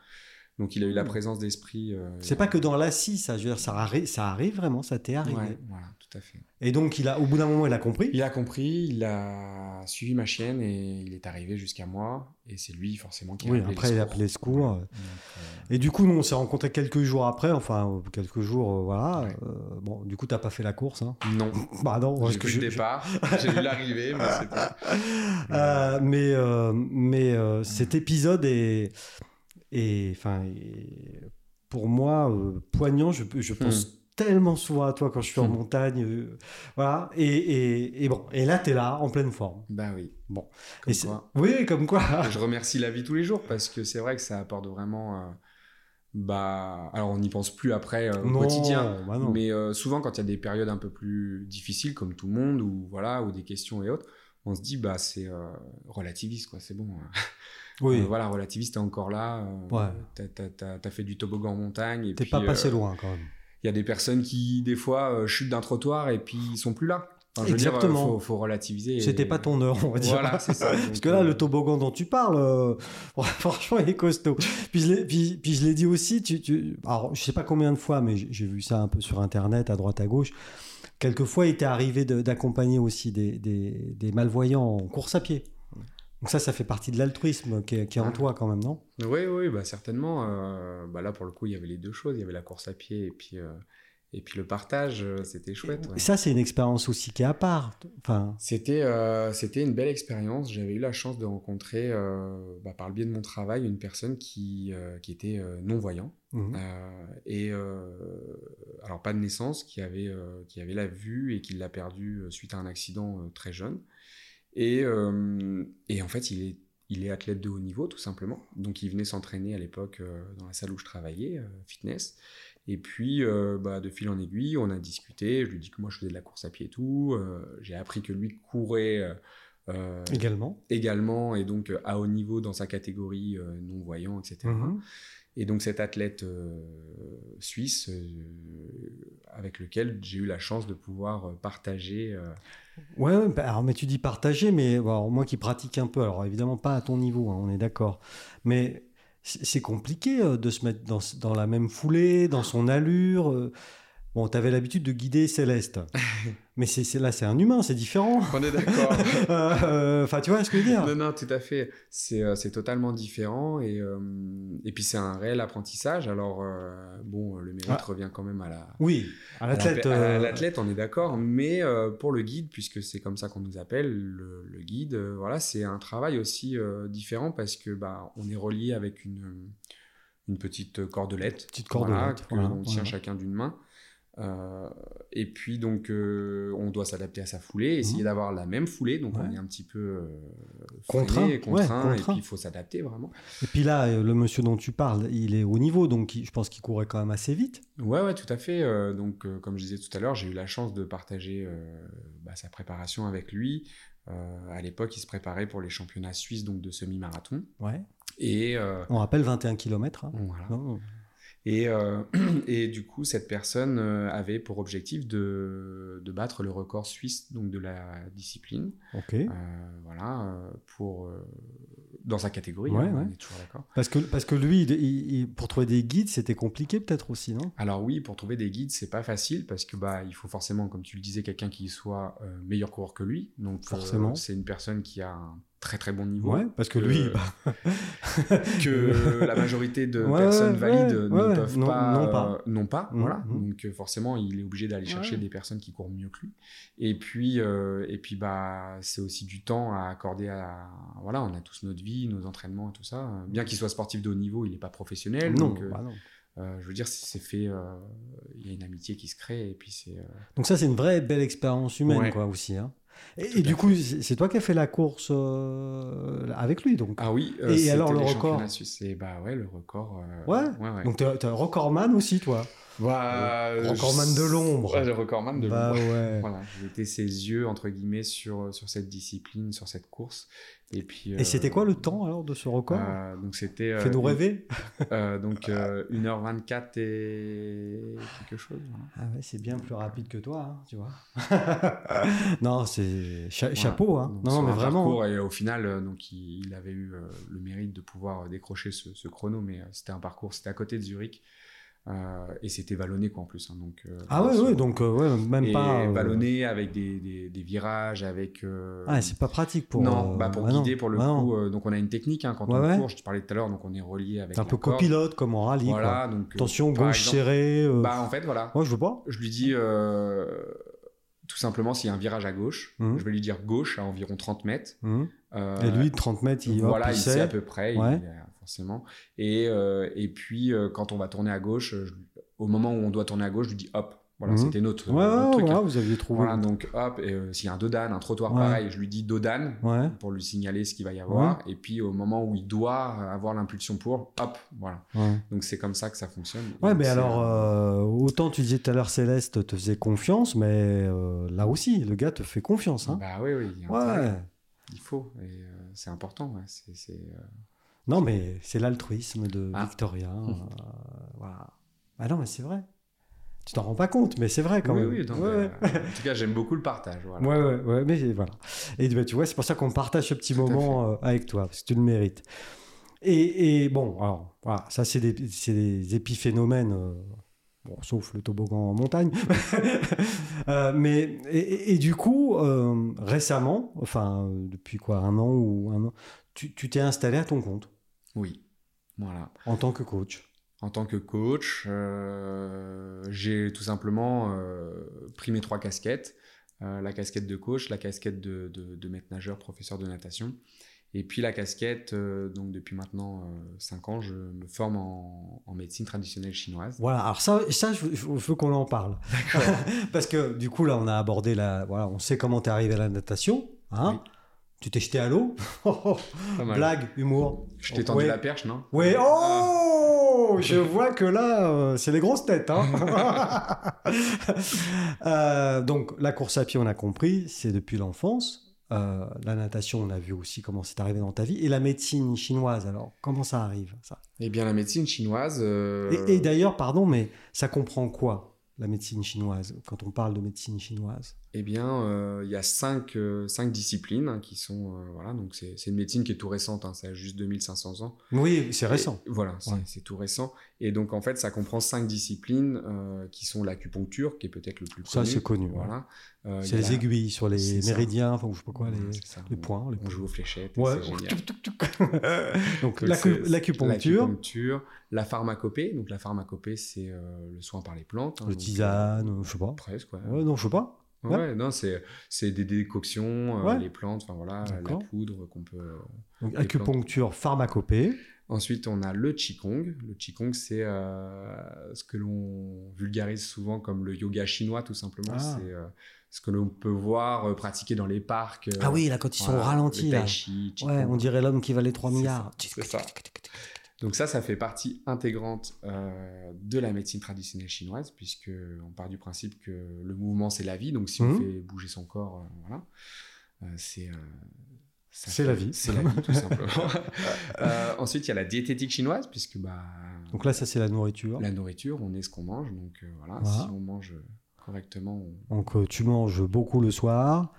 S2: Donc, il a eu la
S1: Mm.
S2: présence d'esprit. euh,
S1: C'est pas que dans l'assis, ça, je veux dire, ça arrive, ça arrive vraiment, ça t'est arrivé.
S2: Ouais, voilà, tout à fait.
S1: Et donc, il a, au bout d'un moment, il a compris.
S2: Il a compris, il a suivi ma chienne et il est arrivé jusqu'à moi. Et c'est lui, forcément, qui a
S1: Oui,
S2: appelé
S1: après,
S2: les
S1: il a
S2: secours.
S1: appelé les secours. euh.
S2: Donc, euh,
S1: Et du coup, nous, on s'est rencontrés quelques jours après, enfin, euh, quelques jours, euh, voilà.
S2: Ouais.
S1: Euh, bon, du coup, t'as pas fait la course, hein. *laughs*
S2: euh, non,
S1: Bah non, parce
S2: j'ai
S1: que
S2: vu
S1: je-
S2: le
S1: je-
S2: départ, j'ai vu l'arrivée, mais c'était...
S1: *laughs* Euh, mais euh, mais euh, cet épisode est, est- enfin, est, pour moi euh, poignant. Je, je pense tellement souvent à toi quand je suis en
S2: Hmm.
S1: montagne. euh, voilà. Et, et, et bon. Et là, t'es là, en pleine forme.
S2: Bah oui,
S1: Bon.
S2: comme
S1: Et c'est-
S2: quoi.
S1: Oui, comme quoi.
S2: Je remercie la vie tous les jours parce que c'est vrai que ça apporte vraiment... euh, bah, alors on n'y pense plus après euh, *laughs* au
S1: Non,
S2: quotidien,
S1: bah non.
S2: mais euh, souvent quand il y a des périodes un peu plus difficiles comme tout le monde ou voilà ou des questions et autres, on se dit bah c'est euh, relativiste quoi, c'est bon.
S1: Oui.
S2: Euh, voilà, relativiste, t'es encore là. euh,
S1: Ouais.
S2: t'as- t'as- T'as t'as fait du toboggan en montagne. et
S1: T'es
S2: puis,
S1: pas passé
S2: euh,
S1: loin quand même.
S2: Il y a des personnes qui, des fois, euh, chutent d'un trottoir et puis ils sont plus là. Enfin, je veux dire, euh,
S1: Exactement.
S2: faut, faut relativiser. et-
S1: C'était
S2: *laughs*
S1: pas ton heure, on va dire.
S2: Voilà, c'est
S1: *laughs*
S2: ça. euh,
S1: Parce que là, le toboggan dont tu parles, euh, *laughs* franchement, il est costaud. Puis je l'ai, puis, puis je l'ai dit aussi, tu, tu- alors, je sais pas combien de fois, mais j'ai- j'ai vu ça un peu sur Internet, à droite, à gauche. Quelquefois, il était arrivé de- d'accompagner aussi des, des- des malvoyants en course à pied. Donc ça, ça fait partie de l'altruisme qui est, qui est en
S2: Ah.
S1: toi quand même, non
S2: Oui, oui, bah certainement. euh, bah là, pour le coup, il y avait les deux choses. Il y avait la course à pied et puis, euh, et puis le partage. euh, C'était chouette. ouais.
S1: Et Ça, c'est une expérience aussi qui est à part. Enfin,
S2: C'était euh, c'était une belle expérience. J'avais eu la chance de rencontrer, euh, bah, par le biais de mon travail, une personne qui, euh, qui était euh, non-voyant.
S1: mhm.
S2: Euh, et euh, alors pas de naissance, qui avait, euh, qui avait la vue et qui l'a perdue euh, suite à un accident euh, très jeune. Et, euh, et en fait, il est, il est athlète de haut niveau, tout simplement. Donc il venait s'entraîner à l'époque euh, dans la salle où je travaillais, euh, fitness. Et puis, euh, bah, de fil en aiguille, on a discuté. Je lui ai dit que moi, je faisais de la course à pied et tout. Euh, J'ai appris que lui courait euh, euh,
S1: également.
S2: également et donc euh, à haut niveau dans sa catégorie euh, non-voyant, etc.
S1: Mhm.
S2: Et donc cet athlète euh, suisse euh, avec lequel j'ai eu la chance de pouvoir euh, partager. euh,
S1: Ouais, ouais, bah, alors, mais tu dis partager, mais bon, alors, moi qui pratique un peu, alors évidemment pas à ton niveau, hein, on est d'accord. Mais c- c'est compliqué euh, de se mettre dans, s- dans la même foulée, dans son allure. euh. Bon, t'avais l'habitude de guider
S2: *laughs*
S1: Céleste, mais c'est c'est- là c'est un humain, c'est différent.
S2: On est d'accord. *laughs*
S1: Euh, euh, Enfin, tu vois ce que je veux dire
S2: non, non, tout à fait. C'est euh, c'est totalement différent et, euh, et puis c'est un réel apprentissage. Alors euh, bon, le mérite
S1: Ah.
S2: revient quand même à la
S1: Oui, à
S2: à la-
S1: l'athlète.
S2: à
S1: euh,
S2: l'athlète, on est d'accord, mais euh, pour le guide, puisque c'est comme ça qu'on nous appelle, le, le guide, euh, voilà, c'est un travail aussi euh, différent parce que bah, on est relié avec une, une petite cordelette,
S1: Petite
S2: voilà,
S1: cordelette,
S2: que
S1: voilà,
S2: l'on tient
S1: voilà.
S2: chacun d'une main. Euh, et puis donc, euh, on doit s'adapter à sa foulée, essayer
S1: Mhm.
S2: d'avoir la même foulée, donc on
S1: Ouais.
S2: est un petit peu euh,
S1: Contraint,
S2: freiné,
S1: ouais,
S2: contraint, et
S1: contraint.
S2: puis il faut s'adapter vraiment.
S1: Et puis là, euh, le monsieur dont tu parles, il est au niveau, donc il- je pense qu'il courait quand même assez vite.
S2: Ouais, ouais, tout à fait. Euh, donc, euh, comme je disais tout à l'heure, j'ai eu la chance de partager euh, bah, sa préparation avec lui. Euh, à l'époque, il se préparait pour les championnats suisses, donc de semi-marathon.
S1: Ouais.
S2: Et, euh,
S1: On rappelle 21 km.
S2: bon, voilà.
S1: hein. Non,
S2: et, euh, *clears throat* et du coup, cette personne euh, avait pour objectif de, de battre le record suisse donc de la discipline.
S1: ok.
S2: Euh, voilà, euh, pour, euh, dans sa catégorie,
S1: Ouais,
S2: hein, on
S1: ouais.
S2: est toujours d'accord.
S1: Parce que, parce que lui, il- il- il- pour trouver des guides, c'était compliqué peut-être aussi, non
S2: Alors oui, pour trouver des guides, c'est pas facile parce que bah il faut forcément, comme tu le disais, quelqu'un qui soit euh, meilleur coureur que lui. Donc euh,
S1: Forcément.
S2: c'est une personne qui a un très très bon niveau. Euh,
S1: parce que lui, bah, *laughs*
S2: que la majorité de
S1: Ouais,
S2: personnes
S1: ouais,
S2: valides
S1: ouais,
S2: ne
S1: ouais.
S2: peuvent
S1: Non-
S2: pas,
S1: non pas.
S2: euh, non pas,
S1: Mhm,
S2: voilà.
S1: mhm.
S2: Donc euh, forcément, il est obligé d'aller chercher
S1: Ouais.
S2: des personnes qui courent mieux que lui. Et puis euh, et puis bah c'est aussi du temps à accorder à voilà, on a tous notre vie, nos entraînements et tout ça. Bien qu'il soit sportif de haut niveau, il n'est pas professionnel.
S1: non,
S2: donc, euh,
S1: bah non.
S2: euh, je veux dire, c'est c'est fait. euh, Il y a une amitié qui se crée et puis c'est. euh,
S1: Donc ça, c'est une vraie belle expérience humaine,
S2: Ouais.
S1: quoi, aussi. hein.
S2: Tout
S1: Et, et
S2: à
S1: du coup, c'est c'est toi qui as fait la course euh, avec lui, donc.
S2: Ah oui.
S1: Et
S2: c'était
S1: alors, le
S2: les
S1: record
S2: championnats suisses. Et bah ouais, le record. euh,
S1: Ouais.
S2: Ouais, ouais.
S1: Donc t'es t'es un recordman aussi, toi.
S2: Bah,
S1: le
S2: euh,
S1: recordman de l'ombre.
S2: Ouais, le recordman de
S1: bah
S2: l'ombre.
S1: ouais.
S2: Voilà, j'ai été ses yeux entre guillemets sur euh, sur cette discipline, sur cette course. Et puis. euh,
S1: Et c'était quoi le temps alors de ce record
S2: donc c'était euh,
S1: Fais-nous
S2: une-
S1: rêver.
S2: euh, donc euh, 1h24 et quelque chose. voilà.
S1: Ah ouais, c'est bien plus rapide que toi, hein, tu vois. *laughs* non, c'est cha- chapeau, hein.
S2: Donc,
S1: non, non,
S2: sur
S1: mais
S2: un
S1: vraiment.
S2: parcours, et au final, euh, donc, il, il avait eu euh, le mérite de pouvoir euh, décrocher ce, ce chrono, mais euh, c'était un parcours, c'était à côté de Zurich. euh, et c'était vallonné quoi en plus. hein, donc, euh,
S1: Ah ouais,
S2: ce-
S1: ouais, donc euh, ouais, même
S2: et
S1: pas. euh,
S2: vallonné avec des, des- des virages, avec. euh,
S1: Ah, c'est pas pratique pour.
S2: non,
S1: euh,
S2: bah, pour
S1: bah non,
S2: guider pour le
S1: bah non.
S2: coup. euh, donc on a une technique hein, quand
S1: Ouais,
S2: on
S1: ouais.
S2: court. Je te parlais tout à l'heure, donc on est relié avec.
S1: C'est un
S2: la
S1: peu
S2: corde.
S1: copilote comme en rallye. quoi.
S2: Voilà, donc. euh,
S1: Attention,
S2: par
S1: gauche
S2: exemple-
S1: serrée. euh,
S2: Bah en fait voilà,
S1: Moi, je veux pas.
S2: je lui dis euh, tout simplement s'il y a un virage à gauche,
S1: Mhm.
S2: je vais lui dire gauche à environ 30 mètres. euh,
S1: Hum. Et lui, 30 mètres, il va
S2: voilà, il sait
S1: pisser.
S2: à peu près, il
S1: Ouais.
S2: est, euh, forcément. Et, euh, et puis, euh, quand on va tourner à gauche, euh, je lui- au moment où on doit tourner à gauche, je lui dis hop. Voilà,
S1: Mhm.
S2: c'était notre,
S1: Ouais,
S2: notre
S1: ouais,
S2: truc.
S1: voilà,
S2: hein.
S1: vous aviez trouvé.
S2: Voilà, donc hop, et, euh, s'il y a un dodane, un trottoir
S1: Ouais.
S2: pareil, je lui dis dodane
S1: Ouais,
S2: pour lui signaler ce qu'il va y avoir. Et puis, au moment où il doit euh, avoir l'impulsion pour, hop, voilà.
S1: ouais.
S2: Donc, c'est comme ça que ça fonctionne.
S1: Ouais,
S2: Et
S1: mais
S2: c'est,
S1: alors,
S2: euh,
S1: euh, autant tu disais tout à l'heure, Céleste te faisait confiance, mais euh, là aussi, le gars te fait confiance. Hein.
S2: Bah oui, oui, il, y a
S1: ouais.
S2: intérêt. il faut. Et euh, c'est important. ouais. C'est- c'est, euh,
S1: Non, mais c'est l'altruisme de
S2: Ah.
S1: Victoria.
S2: *laughs* Mhm.
S1: euh, voilà. Ah non, mais c'est vrai. Tu t'en rends pas compte, mais c'est vrai quand
S2: oui,
S1: même.
S2: oui, non,
S1: Ouais,
S2: mais,
S1: ouais.
S2: euh, en tout cas, j'aime beaucoup le partage. Voilà.
S1: Ouais, ouais, ouais, mais voilà. Et bah, tu vois, c'est pour ça qu'on partage ce petit
S2: Tout à
S1: moment euh, avec toi, parce que tu le mérites. Et, et bon, alors, voilà, ça, c'est des, c'est des épiphénomènes, euh, bon, sauf le toboggan en montagne. *laughs* Euh, mais, et, et- et du coup, euh, récemment, enfin, euh, depuis quoi, un an ou un an, tu tu t'es installé à ton compte
S2: Oui, voilà.
S1: en tant que coach.
S2: En tant que coach, euh, j'ai tout simplement euh, pris mes trois casquettes. Euh, la casquette de coach, la casquette de, de, de maître nageur, professeur de natation. Et puis la casquette, euh, donc depuis maintenant 5 ans, je me forme en, en médecine traditionnelle chinoise.
S1: Voilà, alors ça, ça je, je veux qu'on en parle. *laughs* Parce que du coup, là, on a abordé la. Voilà, on sait comment t'es arrivé à la natation. Hein Tu t'es jeté à l'eau.
S2: Pas mal.
S1: Blague, humour.
S2: Je t'ai tendu
S1: Ouais.
S2: la perche, non
S1: Ouais, oh Je vois que là, euh, c'est les grosses têtes. hein. Euh, donc, la course à pied, on a compris, c'est depuis l'enfance. Euh, la natation, on a vu aussi comment c'est arrivé dans ta vie. Et la médecine chinoise, alors, comment ça arrive ça
S2: Eh bien, la médecine chinoise. euh,
S1: Et, et d'ailleurs, pardon, mais ça comprend quoi la médecine chinoise, quand on parle de médecine chinoise.
S2: Eh bien, euh, il y a cinq, euh, cinq disciplines hein, qui sont. euh, voilà, donc c'est c'est une médecine qui est tout récente, hein, ça a juste 2500 ans.
S1: Oui, c'est récent.
S2: Et- voilà, c'est
S1: Ouais.
S2: c'est tout récent. Et donc, en fait, ça comprend cinq disciplines euh, qui sont l'acupuncture, qui est peut-être le plus
S1: Ça,
S2: connu.
S1: c'est connu, ouais.
S2: Voilà. Euh, il y
S1: C'est
S2: a
S1: les
S2: la-
S1: aiguilles sur les
S2: C'est ça.
S1: méridiens, enfin, ou je sais pas quoi, les,
S2: Ouais, c'est ça.
S1: les
S2: On-
S1: points. Les
S2: On *laughs*
S1: points.
S2: joue aux fléchettes. et
S1: Ouais.
S2: C'est
S1: *laughs*
S2: génial.
S1: Donc,
S2: Donc,
S1: l'acu-
S2: c'est-
S1: l'acupuncture,
S2: l'acupuncture, la pharmacopée. Donc, la pharmacopée, c'est euh, le soin par les plantes. hein,
S1: le
S2: donc,
S1: tisane, euh, je sais
S2: euh,
S1: pas.
S2: Presque, ouais.
S1: Ouais, non, je sais pas.
S2: Ouais,
S1: Ouais.
S2: non, c'est c'est des décoctions, euh,
S1: Ouais.
S2: les plantes, enfin voilà, la
S1: D'accord.
S2: poudre qu'on peut.
S1: Donc,
S2: plantes.
S1: acupuncture, pharmacopée.
S2: Ensuite, on a le qigong. Le qigong, c'est euh, ce que l'on vulgarise souvent comme le yoga chinois, tout simplement.
S1: Ah.
S2: C'est euh, ce que l'on peut voir euh, pratiquer dans les parcs. euh,
S1: Ah oui, là, quand ils sont
S2: voilà,
S1: ralentis,
S2: le
S1: là.
S2: tai chi, qigong.
S1: Ouais, on dirait l'homme qui valait 3
S2: C'est
S1: milliards.
S2: ça, c'est ça. Donc ça, ça fait partie intégrante euh, de la médecine traditionnelle chinoise, puisque on part du principe que le mouvement c'est la vie. Donc si on
S1: Mhm.
S2: fait bouger son corps, euh, voilà, euh, c'est euh, ça
S1: C'est
S2: fait-
S1: la vie.
S2: C'est la
S1: *laughs*
S2: vie, tout simplement. Euh, ensuite, il y a la diététique chinoise, puisque bah
S1: Donc là, ça, c'est la nourriture.
S2: la nourriture, on est ce qu'on mange. Donc euh, voilà,
S1: Voilà.
S2: si on mange correctement, on-
S1: Donc, euh, tu manges beaucoup le soir.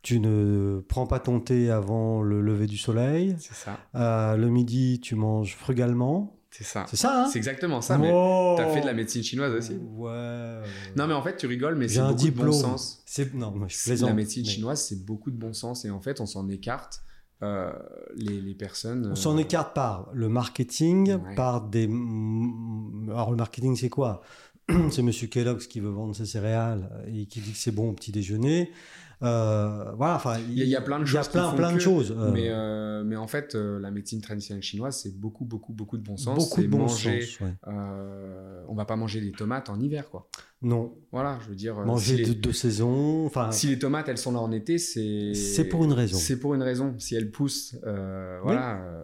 S1: Tu ne prends pas ton thé avant le lever du soleil.
S2: c'est ça,
S1: Euh, le midi, tu manges frugalement.
S2: c'est ça.
S1: C'est ça, hein
S2: C'est exactement ça. Mais
S1: Wow.
S2: t'as fait de la médecine chinoise aussi.
S1: Ouais. euh,
S2: Non, mais en fait, tu rigoles, mais
S1: J'ai
S2: c'est
S1: un
S2: beaucoup de bon
S1: diplôme.
S2: sens.
S1: C'est... Non, mais je
S2: C'est-
S1: plaisante.
S2: La médecine
S1: mais-
S2: chinoise, c'est beaucoup de bon sens et en fait, on s'en écarte. euh, les, les personnes.
S1: On s'en
S2: euh,
S1: écarte par le marketing,
S2: Ouais.
S1: par des. mm, Alors, le marketing, c'est quoi *clears throat* C'est Monsieur Kellogg's qui veut vendre ses céréales et qui dit que c'est bon au petit déjeuner. Euh, voilà, enfin.
S2: Il y a- il y a plein de
S1: Il y a
S2: choses qui
S1: plein,
S2: font
S1: plein de
S2: que,
S1: choses. euh,
S2: Mais, euh, mais en fait, euh, la médecine traditionnelle chinoise, c'est beaucoup, beaucoup, beaucoup de bon sens.
S1: beaucoup de
S2: C'est
S1: bon
S2: manger,
S1: sens. ouais.
S2: euh, on va pas manger des tomates en hiver, quoi.
S1: Non,
S2: Voilà, je veux dire. euh,
S1: manger
S2: si,
S1: de,
S2: les,
S1: de saison. Enfin,
S2: si les tomates, elles sont là en été, c'est.
S1: c'est pour une raison.
S2: C'est pour une raison. Si elles poussent, euh,
S1: Oui.
S2: voilà. euh,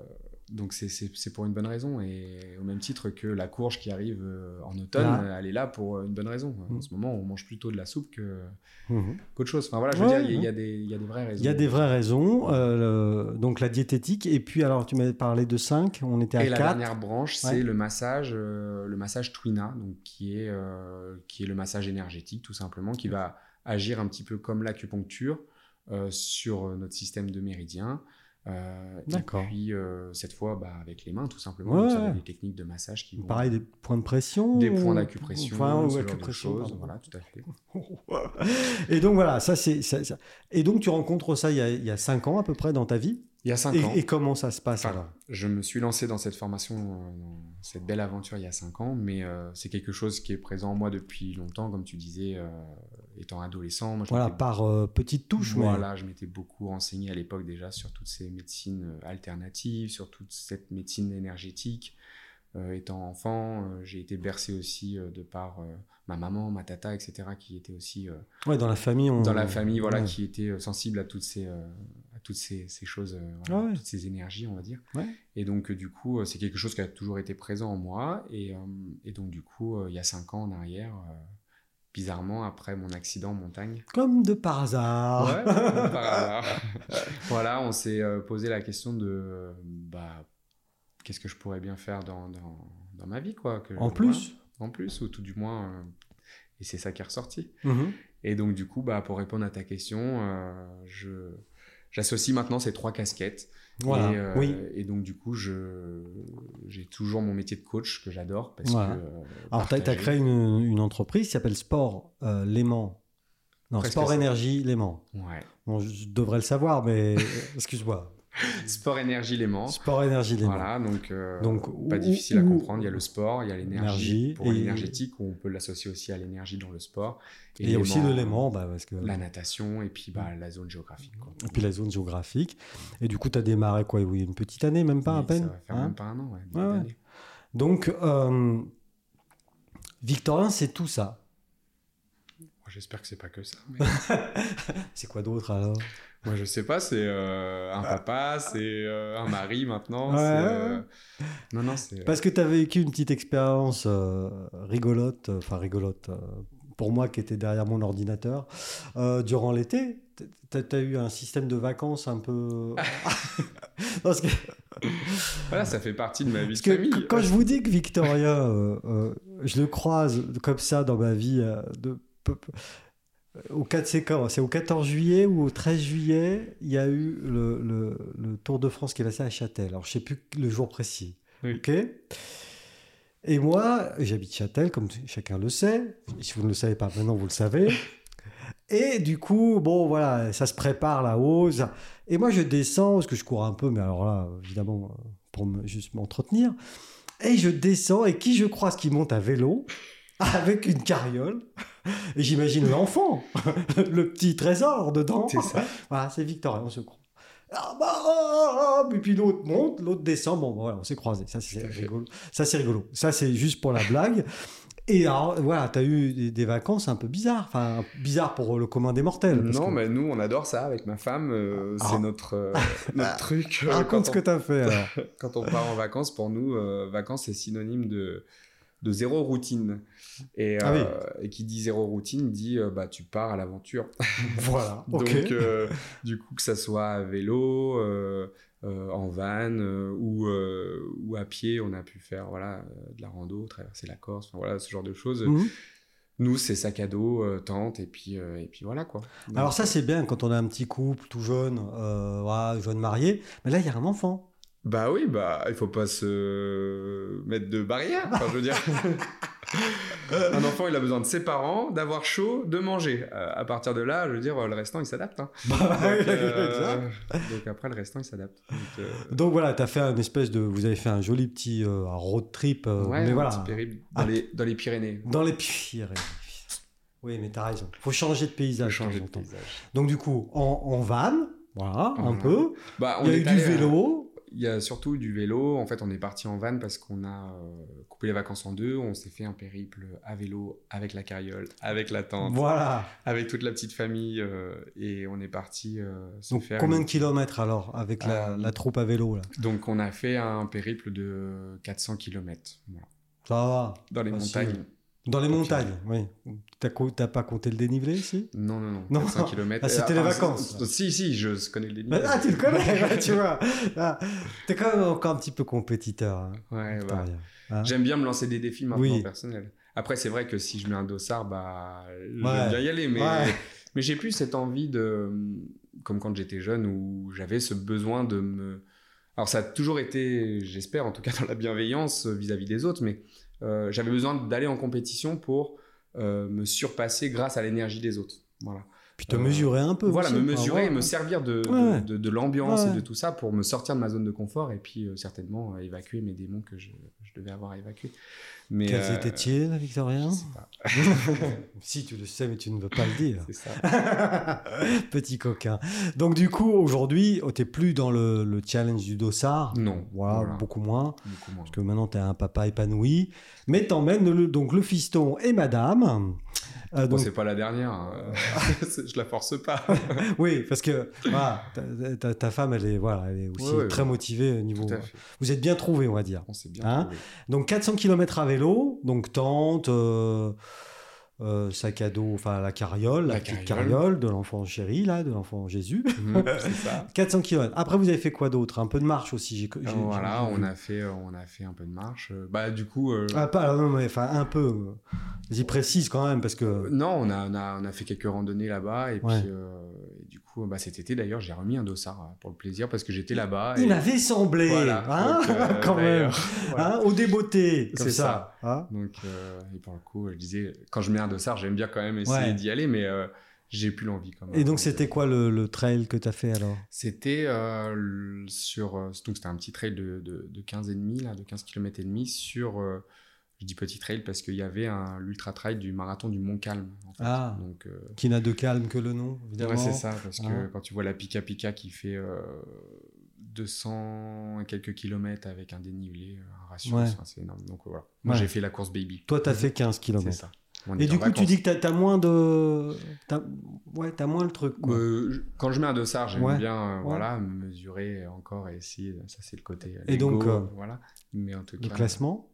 S2: donc c'est- c'est c'est pour une bonne raison. Et au même titre que la courge qui arrive euh, en automne,
S1: Là.
S2: euh, elle est là pour une bonne raison.
S1: Ah. Mm.
S2: En ce moment, on mange plutôt de la soupe que-
S1: Mhm.
S2: qu'autre chose. Enfin voilà, je veux
S1: Ouais,
S2: dire, il y a- il y, a des- il y a des vraies raisons.
S1: Il y a des vraies raisons. euh, le- donc, la diététique. Et puis, alors, tu m'avais parlé de 5. On était à
S2: Et la
S1: 4.
S2: dernière branche, c'est
S1: Ouais.
S2: le massage, euh, le massage Twina, donc qui est euh, qui est le massage énergétique tout simplement, qui va agir un petit peu comme l'acupuncture euh, sur euh, notre système de méridien. Euh,
S1: D'accord.
S2: Et puis euh, cette fois, bah, avec les mains tout simplement.
S1: Ouais,
S2: donc ça va
S1: ouais.
S2: être des techniques de massage qui vont
S1: Pareil, des points de pression.
S2: des
S1: ou-
S2: points d'acupression,
S1: Enfin, ou
S2: ce genre de
S1: acupression,
S2: choses,
S1: pardon.
S2: Voilà, tout à fait.
S1: *laughs* Et donc voilà, ça c'est. ça- ça- Et donc tu rencontres ça il y, a, il y a cinq ans à peu près dans ta vie.
S2: Il y a cinq
S1: Et,
S2: ans.
S1: et comment ça se passe
S2: Enfin,
S1: alors
S2: Je me suis lancé dans cette formation, euh, dans cette belle aventure il y a 5 ans, mais euh, c'est quelque chose qui est présent en moi depuis longtemps, comme tu disais, euh, étant adolescent. Moi, je
S1: Voilà,
S2: m'étais-
S1: par euh, petites touches. mais-
S2: Voilà, je m'étais beaucoup renseigné à l'époque déjà sur toutes ces médecines euh, alternatives, sur toute cette médecine énergétique. Euh, étant enfant, euh, j'ai été bercé aussi euh, de par euh, ma maman, ma tata, etc., qui étaient aussi euh,
S1: Ouais, dans la famille. On...
S2: dans la famille, voilà,
S1: Mmh. ouais.
S2: qui était euh, sensible à toutes ces, euh, à toutes ces, ces choses, euh, voilà,
S1: Ah ouais.
S2: toutes ces énergies, on va dire.
S1: Ouais.
S2: Et donc, euh, du coup, euh, c'est quelque chose qui a toujours été présent en moi. Et, euh, et donc, du coup, euh, il y a cinq ans en arrière, euh, bizarrement, après mon accident en montagne,
S1: Comme de par hasard.
S2: *laughs* Ouais, *laughs* par hasard. voilà, on s'est euh, posé la question de, euh, bah, qu'est-ce que je pourrais bien faire dans, dans, dans ma vie, quoi.
S1: *laughs*
S2: que-
S1: En
S2: voilà,
S1: plus.
S2: En plus, ou tout du moins. euh, et c'est ça qui est ressorti.
S1: Mhm.
S2: Et donc, du coup, bah, pour répondre à ta question, euh, je, j'associe maintenant ces trois casquettes.
S1: Voilà.
S2: Et, euh,
S1: oui.
S2: et donc, du coup, je, j'ai toujours mon métier de coach que j'adore parce
S1: Voilà.
S2: que. euh,
S1: Alors, tu as,
S2: partager-
S1: créé une, une entreprise qui s'appelle Sport euh, Léman. Non,
S2: Presque
S1: Sport
S2: ça.
S1: Énergie Léman.
S2: Ouais.
S1: Bon, je, je devrais le savoir, mais euh, excuse-moi.
S2: Sport, énergie, l'aimant.
S1: Sport Énergie Léman.
S2: Voilà, donc, euh,
S1: Donc,
S2: pas
S1: où-
S2: difficile à
S1: où-
S2: comprendre. Il y a le sport, il y a
S1: Énergie,
S2: l'énergie. Pour
S1: et-
S2: l'énergétique, on peut l'associer aussi à l'énergie dans le sport.
S1: Et il y a aussi
S2: l'aimant,
S1: le Léman, bah, parce que.
S2: La natation et puis bah, la zone géographique. Quoi.
S1: Et puis la zone géographique. Et du coup, tu as démarré quoi Oui, une petite année, même pas à
S2: Oui,
S1: peine.
S2: Ça va faire
S1: hein
S2: même pas un an. Ouais,
S1: Ouais, ouais.
S2: d'année.
S1: Donc, euh, Victorien, c'est tout ça.
S2: Moi, J'espère que c'est pas que ça. mais-
S1: C'est quoi d'autre alors
S2: Moi, je sais pas, c'est euh, un papa, c'est euh, un mari maintenant.
S1: Ah. Ouais,
S2: c'est,
S1: ouais,
S2: euh, Non, non, c'est. euh,
S1: Parce que tu as vécu une petite expérience euh, rigolote, euh, enfin rigolote, euh, pour moi qui était derrière mon ordinateur, euh, durant l'été. Tu as, eu un système de vacances un peu. *laughs* Parce que,
S2: Voilà, ça fait partie de ma vie
S1: parce
S2: de
S1: que
S2: famille. *laughs*
S1: quand je vous dis que Victoria, euh, euh, je le croise comme ça dans ma vie euh, de. peu- peu- Au 4, c'est quand C'est au 14 juillet ou au 13 juillet, il y a eu le, le- le Tour de France qui est passé à Châtel. Alors, je sais plus le jour précis.
S2: Oui.
S1: Ok Et moi, j'habite Châtel, comme t- chacun le sait. Si vous ne le savez pas maintenant, vous le savez. Et du coup, bon, voilà, ça se prépare là-haut. ça- Et moi, je descends, parce que je cours un peu, mais alors là, évidemment, euh, pour me- juste m'entretenir. Et je descends, et qui je croise qui monte à vélo, avec une carriole. Et j'imagine l'enfant, *laughs* le petit trésor dedans.
S2: C'est ça.
S1: Voilà, c'est Victor, on se croit. Ah bah, ah, ah, ah, et puis l'autre monte, l'autre descend. Bon, voilà, on s'est croisés. Ça, c'est
S2: Tout à fait.
S1: rigolo. Ça, c'est rigolo. Ça, c'est juste pour la blague. Et alors, voilà, t'as eu des, des vacances un peu bizarres. Enfin, bizarres pour le commun des mortels. parce
S2: Non,
S1: que-
S2: mais nous, on adore ça avec ma femme. euh,
S1: Ah.
S2: C'est
S1: *laughs*
S2: notre, euh, notre truc. euh,
S1: Raconte
S2: quand,
S1: ce
S2: on,
S1: que t'as fait,
S2: *laughs*
S1: alors.
S2: quand on part en vacances, pour nous, euh, vacances, c'est synonyme de, de zéro routine. Et,
S1: Ah
S2: euh, et qui dit zéro routine dit euh, bah, tu pars à l'aventure.
S1: voilà, ok.
S2: Donc, euh, du coup, que ça soit à vélo, euh, euh, en van euh, ou, euh, ou à pied, on a pu faire voilà, euh, de la rando, traverser la Corse, enfin, voilà, ce genre de choses.
S1: Mhm.
S2: Nous, c'est sac à dos, euh, tente, et puis, euh, et puis voilà quoi. Donc,
S1: Alors ça c'est bien quand on a un petit couple tout jeune, euh, voilà, jeune marié, mais là il y a un enfant.
S2: Bah oui, bah, il faut pas se mettre de barrière. Enfin, je
S1: *laughs*
S2: veux dire. Un enfant, il a besoin de ses parents, d'avoir chaud, de manger. Euh, à partir de là, je veux dire, le restant, il s'adapte. hein.
S1: *laughs* Bah,
S2: *laughs* Donc,
S1: exact.
S2: euh, donc après, le restant, il s'adapte. Donc, euh,
S1: Donc voilà, t'as fait un espèce de, vous avez fait un joli petit euh, road trip, euh,
S2: Ouais,
S1: mais
S2: un
S1: voilà,
S2: petit périple dans,
S1: Ah.
S2: les, dans les Pyrénées.
S1: dans les Pyrénées. Oui, mais t'as raison. Faut changer de
S2: Faut
S1: paysage.
S2: changer
S1: de temps en
S2: de
S1: temps.
S2: paysage.
S1: Donc du coup, en, en van, voilà, un
S2: Voilà.
S1: peu.
S2: Bah, on
S1: Il y a
S2: est
S1: eu du
S2: allé euh, à-
S1: vélo.
S2: Il y a surtout du vélo. En fait, on est parti en van parce qu'on a euh, coupé les vacances en deux. On s'est fait un périple à vélo, avec la carriole, avec la tente,
S1: Voilà.
S2: avec toute la petite famille. euh, et on est parti euh, se
S1: Donc
S2: faire.
S1: combien
S2: une-
S1: de kilomètres alors avec la,
S2: Euh,
S1: la troupe à vélo là
S2: Donc, on a fait un périple de 400 km
S1: Ça va.
S2: dans les
S1: Facile.
S2: montagnes.
S1: Dans les
S2: Ok.
S1: montagnes, oui. T'as co- t'as pas compté le dénivelé si
S2: Non, non, non.
S1: Non.
S2: 400 km.
S1: Ah, c'était les vacances, là.
S2: Si, si, je connais le
S1: Bah,
S2: dénivelé.
S1: ah, tu le connais, bah, tu vois. Ah, T'es quand même encore un petit peu compétiteur. hein,
S2: Ouais, bah,
S1: Victoria. Hein
S2: J'aime bien me lancer des défis maintenant
S1: Oui.
S2: personnels. Après, c'est vrai que si je mets un dossard, bah,
S1: Ouais.
S2: j'aime bien y aller. Mais,
S1: Ouais.
S2: mais j'ai plus cette envie de. Comme quand j'étais jeune, où j'avais ce besoin de me. Alors, ça a toujours été, j'espère, en tout cas dans la bienveillance euh, vis-à-vis des autres, mais euh, j'avais besoin d'aller en compétition pour euh, me surpasser grâce à l'énergie des autres. Voilà.
S1: Puis te
S2: euh,
S1: mesurer un peu.
S2: Voilà,
S1: aussi, Ah
S2: me
S1: quoi,
S2: mesurer,
S1: voilà.
S2: et me servir de, de-
S1: Ouais.
S2: de, de l'ambiance
S1: Ouais.
S2: et de tout ça pour me sortir de ma zone de confort et puis euh, certainement euh, évacuer mes démons que je, je devais avoir évacués. Mais,
S1: Quels
S2: euh,
S1: étaient-ils, hein
S2: je
S1: Victorien
S2: sais pas,
S1: Si, tu le sais, mais tu ne veux pas le dire. *laughs*
S2: c'est ça.
S1: Petit coquin. Donc, du coup, aujourd'hui, oh, t'es plus dans le, le challenge du dossard.
S2: Non,
S1: Voilà,
S2: voilà.
S1: beaucoup moins.
S2: Beaucoup moins.
S1: Parce que maintenant, t'es un papa épanoui. Mais t'emmènes le, donc le fiston et madame. Euh,
S2: Bon,
S1: donc,
S2: c'est pas la dernière, hein. *laughs* je la force
S1: *laughs*
S2: pas.
S1: oui, parce que voilà, ta, ta- ta femme, elle est, voilà, elle est aussi
S2: Ouais, ouais,
S1: très
S2: ouais.
S1: motivée au niveau.
S2: Tout à fait.
S1: Vous êtes bien trouvés, on va dire.
S2: On s'est bien
S1: Hein
S2: trouvé.
S1: Donc 400 km à vélo, donc tente, euh, euh, sac à dos, enfin la carriole, la,
S2: La
S1: petite
S2: carriole.
S1: carriole de l'enfant chéri, là, de l'enfant Jésus.
S2: Mhm, c'est ça.
S1: 400 km. Après, vous avez fait quoi d'autre Un peu de marche aussi. *laughs* j'ai- j'ai-
S2: voilà,
S1: j'ai-
S2: on a fait, euh, on a fait un peu de marche. Euh, Bah du coup, euh,
S1: Ah, pas, alors, non, mais enfin, un peu. euh, J'y précise quand même, parce que.
S2: non, on a, on a, on a fait quelques randonnées là-bas et
S1: Ouais.
S2: puis euh, et du coup, bah cet été d'ailleurs, j'ai remis un dossard euh, pour le plaisir parce que j'étais là-bas.
S1: Il
S2: et-
S1: m'avait semblé
S2: Voilà,
S1: hein, *laughs*
S2: donc, euh,
S1: Quand même
S2: d'ailleurs, voilà.
S1: Hein, Au débeauté comme
S2: C'est
S1: ça, hein.
S2: Donc, euh, et pour le coup, je disais, quand je mets un dossard, j'aime bien quand même essayer
S1: Ouais.
S2: d'y aller, mais euh, j'ai plus l'envie quand même.
S1: Et donc, c'était quoi le, le trail que t'as fait alors
S2: C'était euh, le- sur. euh, donc, c'était un petit trail de, de, de 15 et demi, là, de 15 km et demi sur. euh, je dis petit trail parce qu'il y avait un l'ultra trail du marathon du Mont Calme. en fait.
S1: Ah.
S2: Donc, euh,
S1: Qui n'a de calme que le nom, évidemment.
S2: ouais, c'est ça, parce
S1: Ah.
S2: que quand tu vois la Pika Pika qui fait euh, 200 et quelques kilomètres avec un dénivelé, euh, un ratio,
S1: Ouais.
S2: enfin, c'est énorme. Donc, euh, voilà. Moi,
S1: Ouais.
S2: j'ai fait la course baby.
S1: Toi, t'as fait 15
S2: Mm-hmm. C'est
S1: km.
S2: ça. On
S1: Et du
S2: était en
S1: coup, tu
S2: vacances.
S1: dis que t'as- t'as moins de. t'as- Ouais, t'as moins le truc. quoi.
S2: Euh, je- quand je mets un dossard, j'aime
S1: Ouais.
S2: bien euh,
S1: Ouais.
S2: voilà, me mesurer encore et essayer. Ça, c'est le côté. euh,
S1: Et
S2: Lego,
S1: donc, euh,
S2: voilà. Mais en tout
S1: le
S2: cas,
S1: classement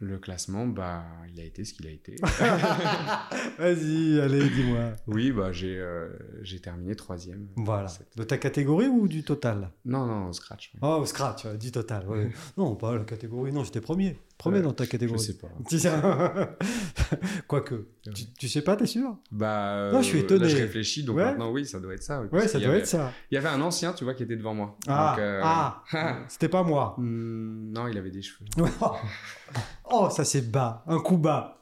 S2: le classement, bah, il a été ce qu'il a
S1: *laughs*
S2: été.
S1: Vas-y, allez, dis-moi.
S2: oui, bah, j'ai euh, j'ai terminé troisième.
S1: Voilà.
S2: Cette-
S1: De ta catégorie ou du total
S2: Non, non, au scratch. ouais.
S1: Oh, au scratch, euh, dis total. ouais. non, pas la catégorie. Non, j'étais premier. Premier
S2: Euh,
S1: dans ta
S2: Je
S1: catégorie.
S2: sais pas.
S1: *laughs* Tu sais- Quoique. Tu, tu sais pas, t'es sûr
S2: Bah,
S1: Non, Ah, je suis
S2: euh,
S1: étonné.
S2: Là, je réfléchis, donc
S1: Ouais.
S2: maintenant, oui, ça doit être ça. oui,
S1: Ouais,
S2: parce
S1: ça
S2: qu'il y
S1: doit
S2: avait-
S1: être ça.
S2: Il y avait un ancien, tu vois, qui était devant moi.
S1: Ah,
S2: Donc, euh, *laughs*
S1: ah c'était pas moi. *laughs*
S2: hmm, non, il avait des cheveux.
S1: oh, ça c'est bas, un coup bas.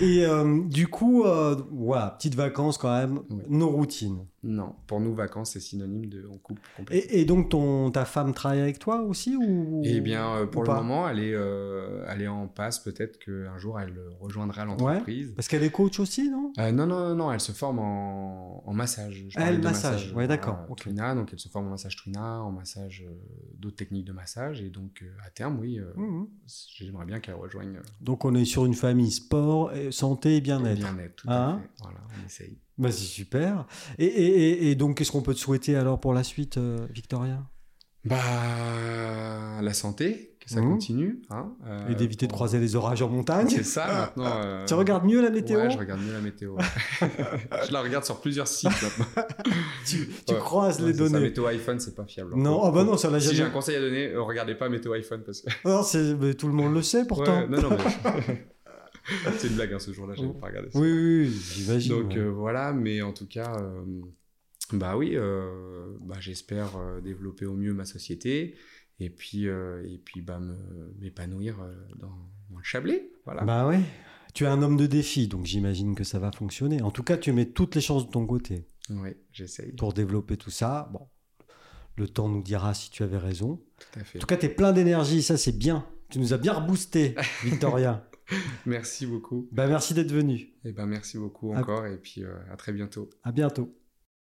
S1: Et euh, du coup, euh, voilà, petites vacances quand même,
S2: Oui.
S1: nos routines.
S2: Non, pour nous, vacances, c'est synonyme de on coupe complètement.
S1: Et, et donc, ton, ta femme travaille avec toi aussi ou
S2: Eh bien, euh, pour
S1: ou
S2: le
S1: pas
S2: moment, elle est, euh, elle est en passe. Peut-être qu'un jour, elle rejoindra l'entreprise.
S1: Parce qu'elle est coach aussi, non
S2: Euh, non, non, non, non, elle se forme en, en massage. Je
S1: Ah,
S2: parlais
S1: elle
S2: de
S1: massage. Ouais,
S2: voilà,
S1: d'accord, ok.
S2: Twina, donc elle se forme en massage Twina, en massage euh, d'autres techniques de massage. Et donc, euh, à terme, oui, euh,
S1: Mhm.
S2: j'aimerais bien qu'elle rejoigne euh,
S1: Donc, on est sur une famille sport, et santé et
S2: le
S1: bien-être.
S2: bien-être. Tout
S1: Hein
S2: à fait. Voilà, on essaye.
S1: Bah, c'est super. Et, et- et- et donc, qu'est-ce qu'on peut te souhaiter alors pour la suite, euh, Victoria
S2: Bah, la santé, que ça
S1: Mhm.
S2: continue. hein, euh,
S1: Et d'éviter de
S2: pour-
S1: croiser les orages en montagne.
S2: *laughs* C'est ça, maintenant. euh,
S1: Tu regardes mieux la météo
S2: Ouais, je regarde mieux la météo. ouais. *laughs* je la regarde sur plusieurs sites
S1: *laughs*
S2: maintenant.
S1: Tu, tu
S2: Ouais.
S1: croises
S2: Ouais,
S1: les
S2: c'est ça,
S1: données.
S2: météo iPhone, c'est pas fiable.
S1: Non, ah bah non, ça l'a
S2: Si
S1: jamais.
S2: j'ai un conseil à donner, euh, regardez pas météo iPhone parce que.
S1: Non, c'est- mais tout le monde le sait pourtant. Oh.
S2: Ouais, non, non,
S1: *laughs*
S2: mais- *laughs* c'est une blague, hein, ce jour-là, j'avais pas regardé ça.
S1: Oui, oui, oui, j'imagine.
S2: Donc
S1: ouais.
S2: euh, voilà, mais en tout cas, euh, bah oui, euh, bah, j'espère euh, développer au mieux ma société et puis, euh, et puis bah, me- m'épanouir euh, dans, dans le Chablais. Voilà.
S1: Bah ouais. Tu es un homme de défi, donc j'imagine que ça va fonctionner. En tout cas, tu mets toutes les chances de ton côté
S2: Oui, j'essaye.
S1: pour développer tout ça. Bon, le temps nous dira si tu avais raison.
S2: Tout à
S1: En
S2: fait.
S1: tout cas, tu es plein d'énergie, ça c'est bien. Tu nous as bien reboosté,
S2: *laughs*
S1: Victoria.
S2: Merci beaucoup.
S1: bah, merci d'être venu.
S2: Et ben merci beaucoup
S1: À-
S2: encore et puis euh, à très bientôt.
S1: À bientôt.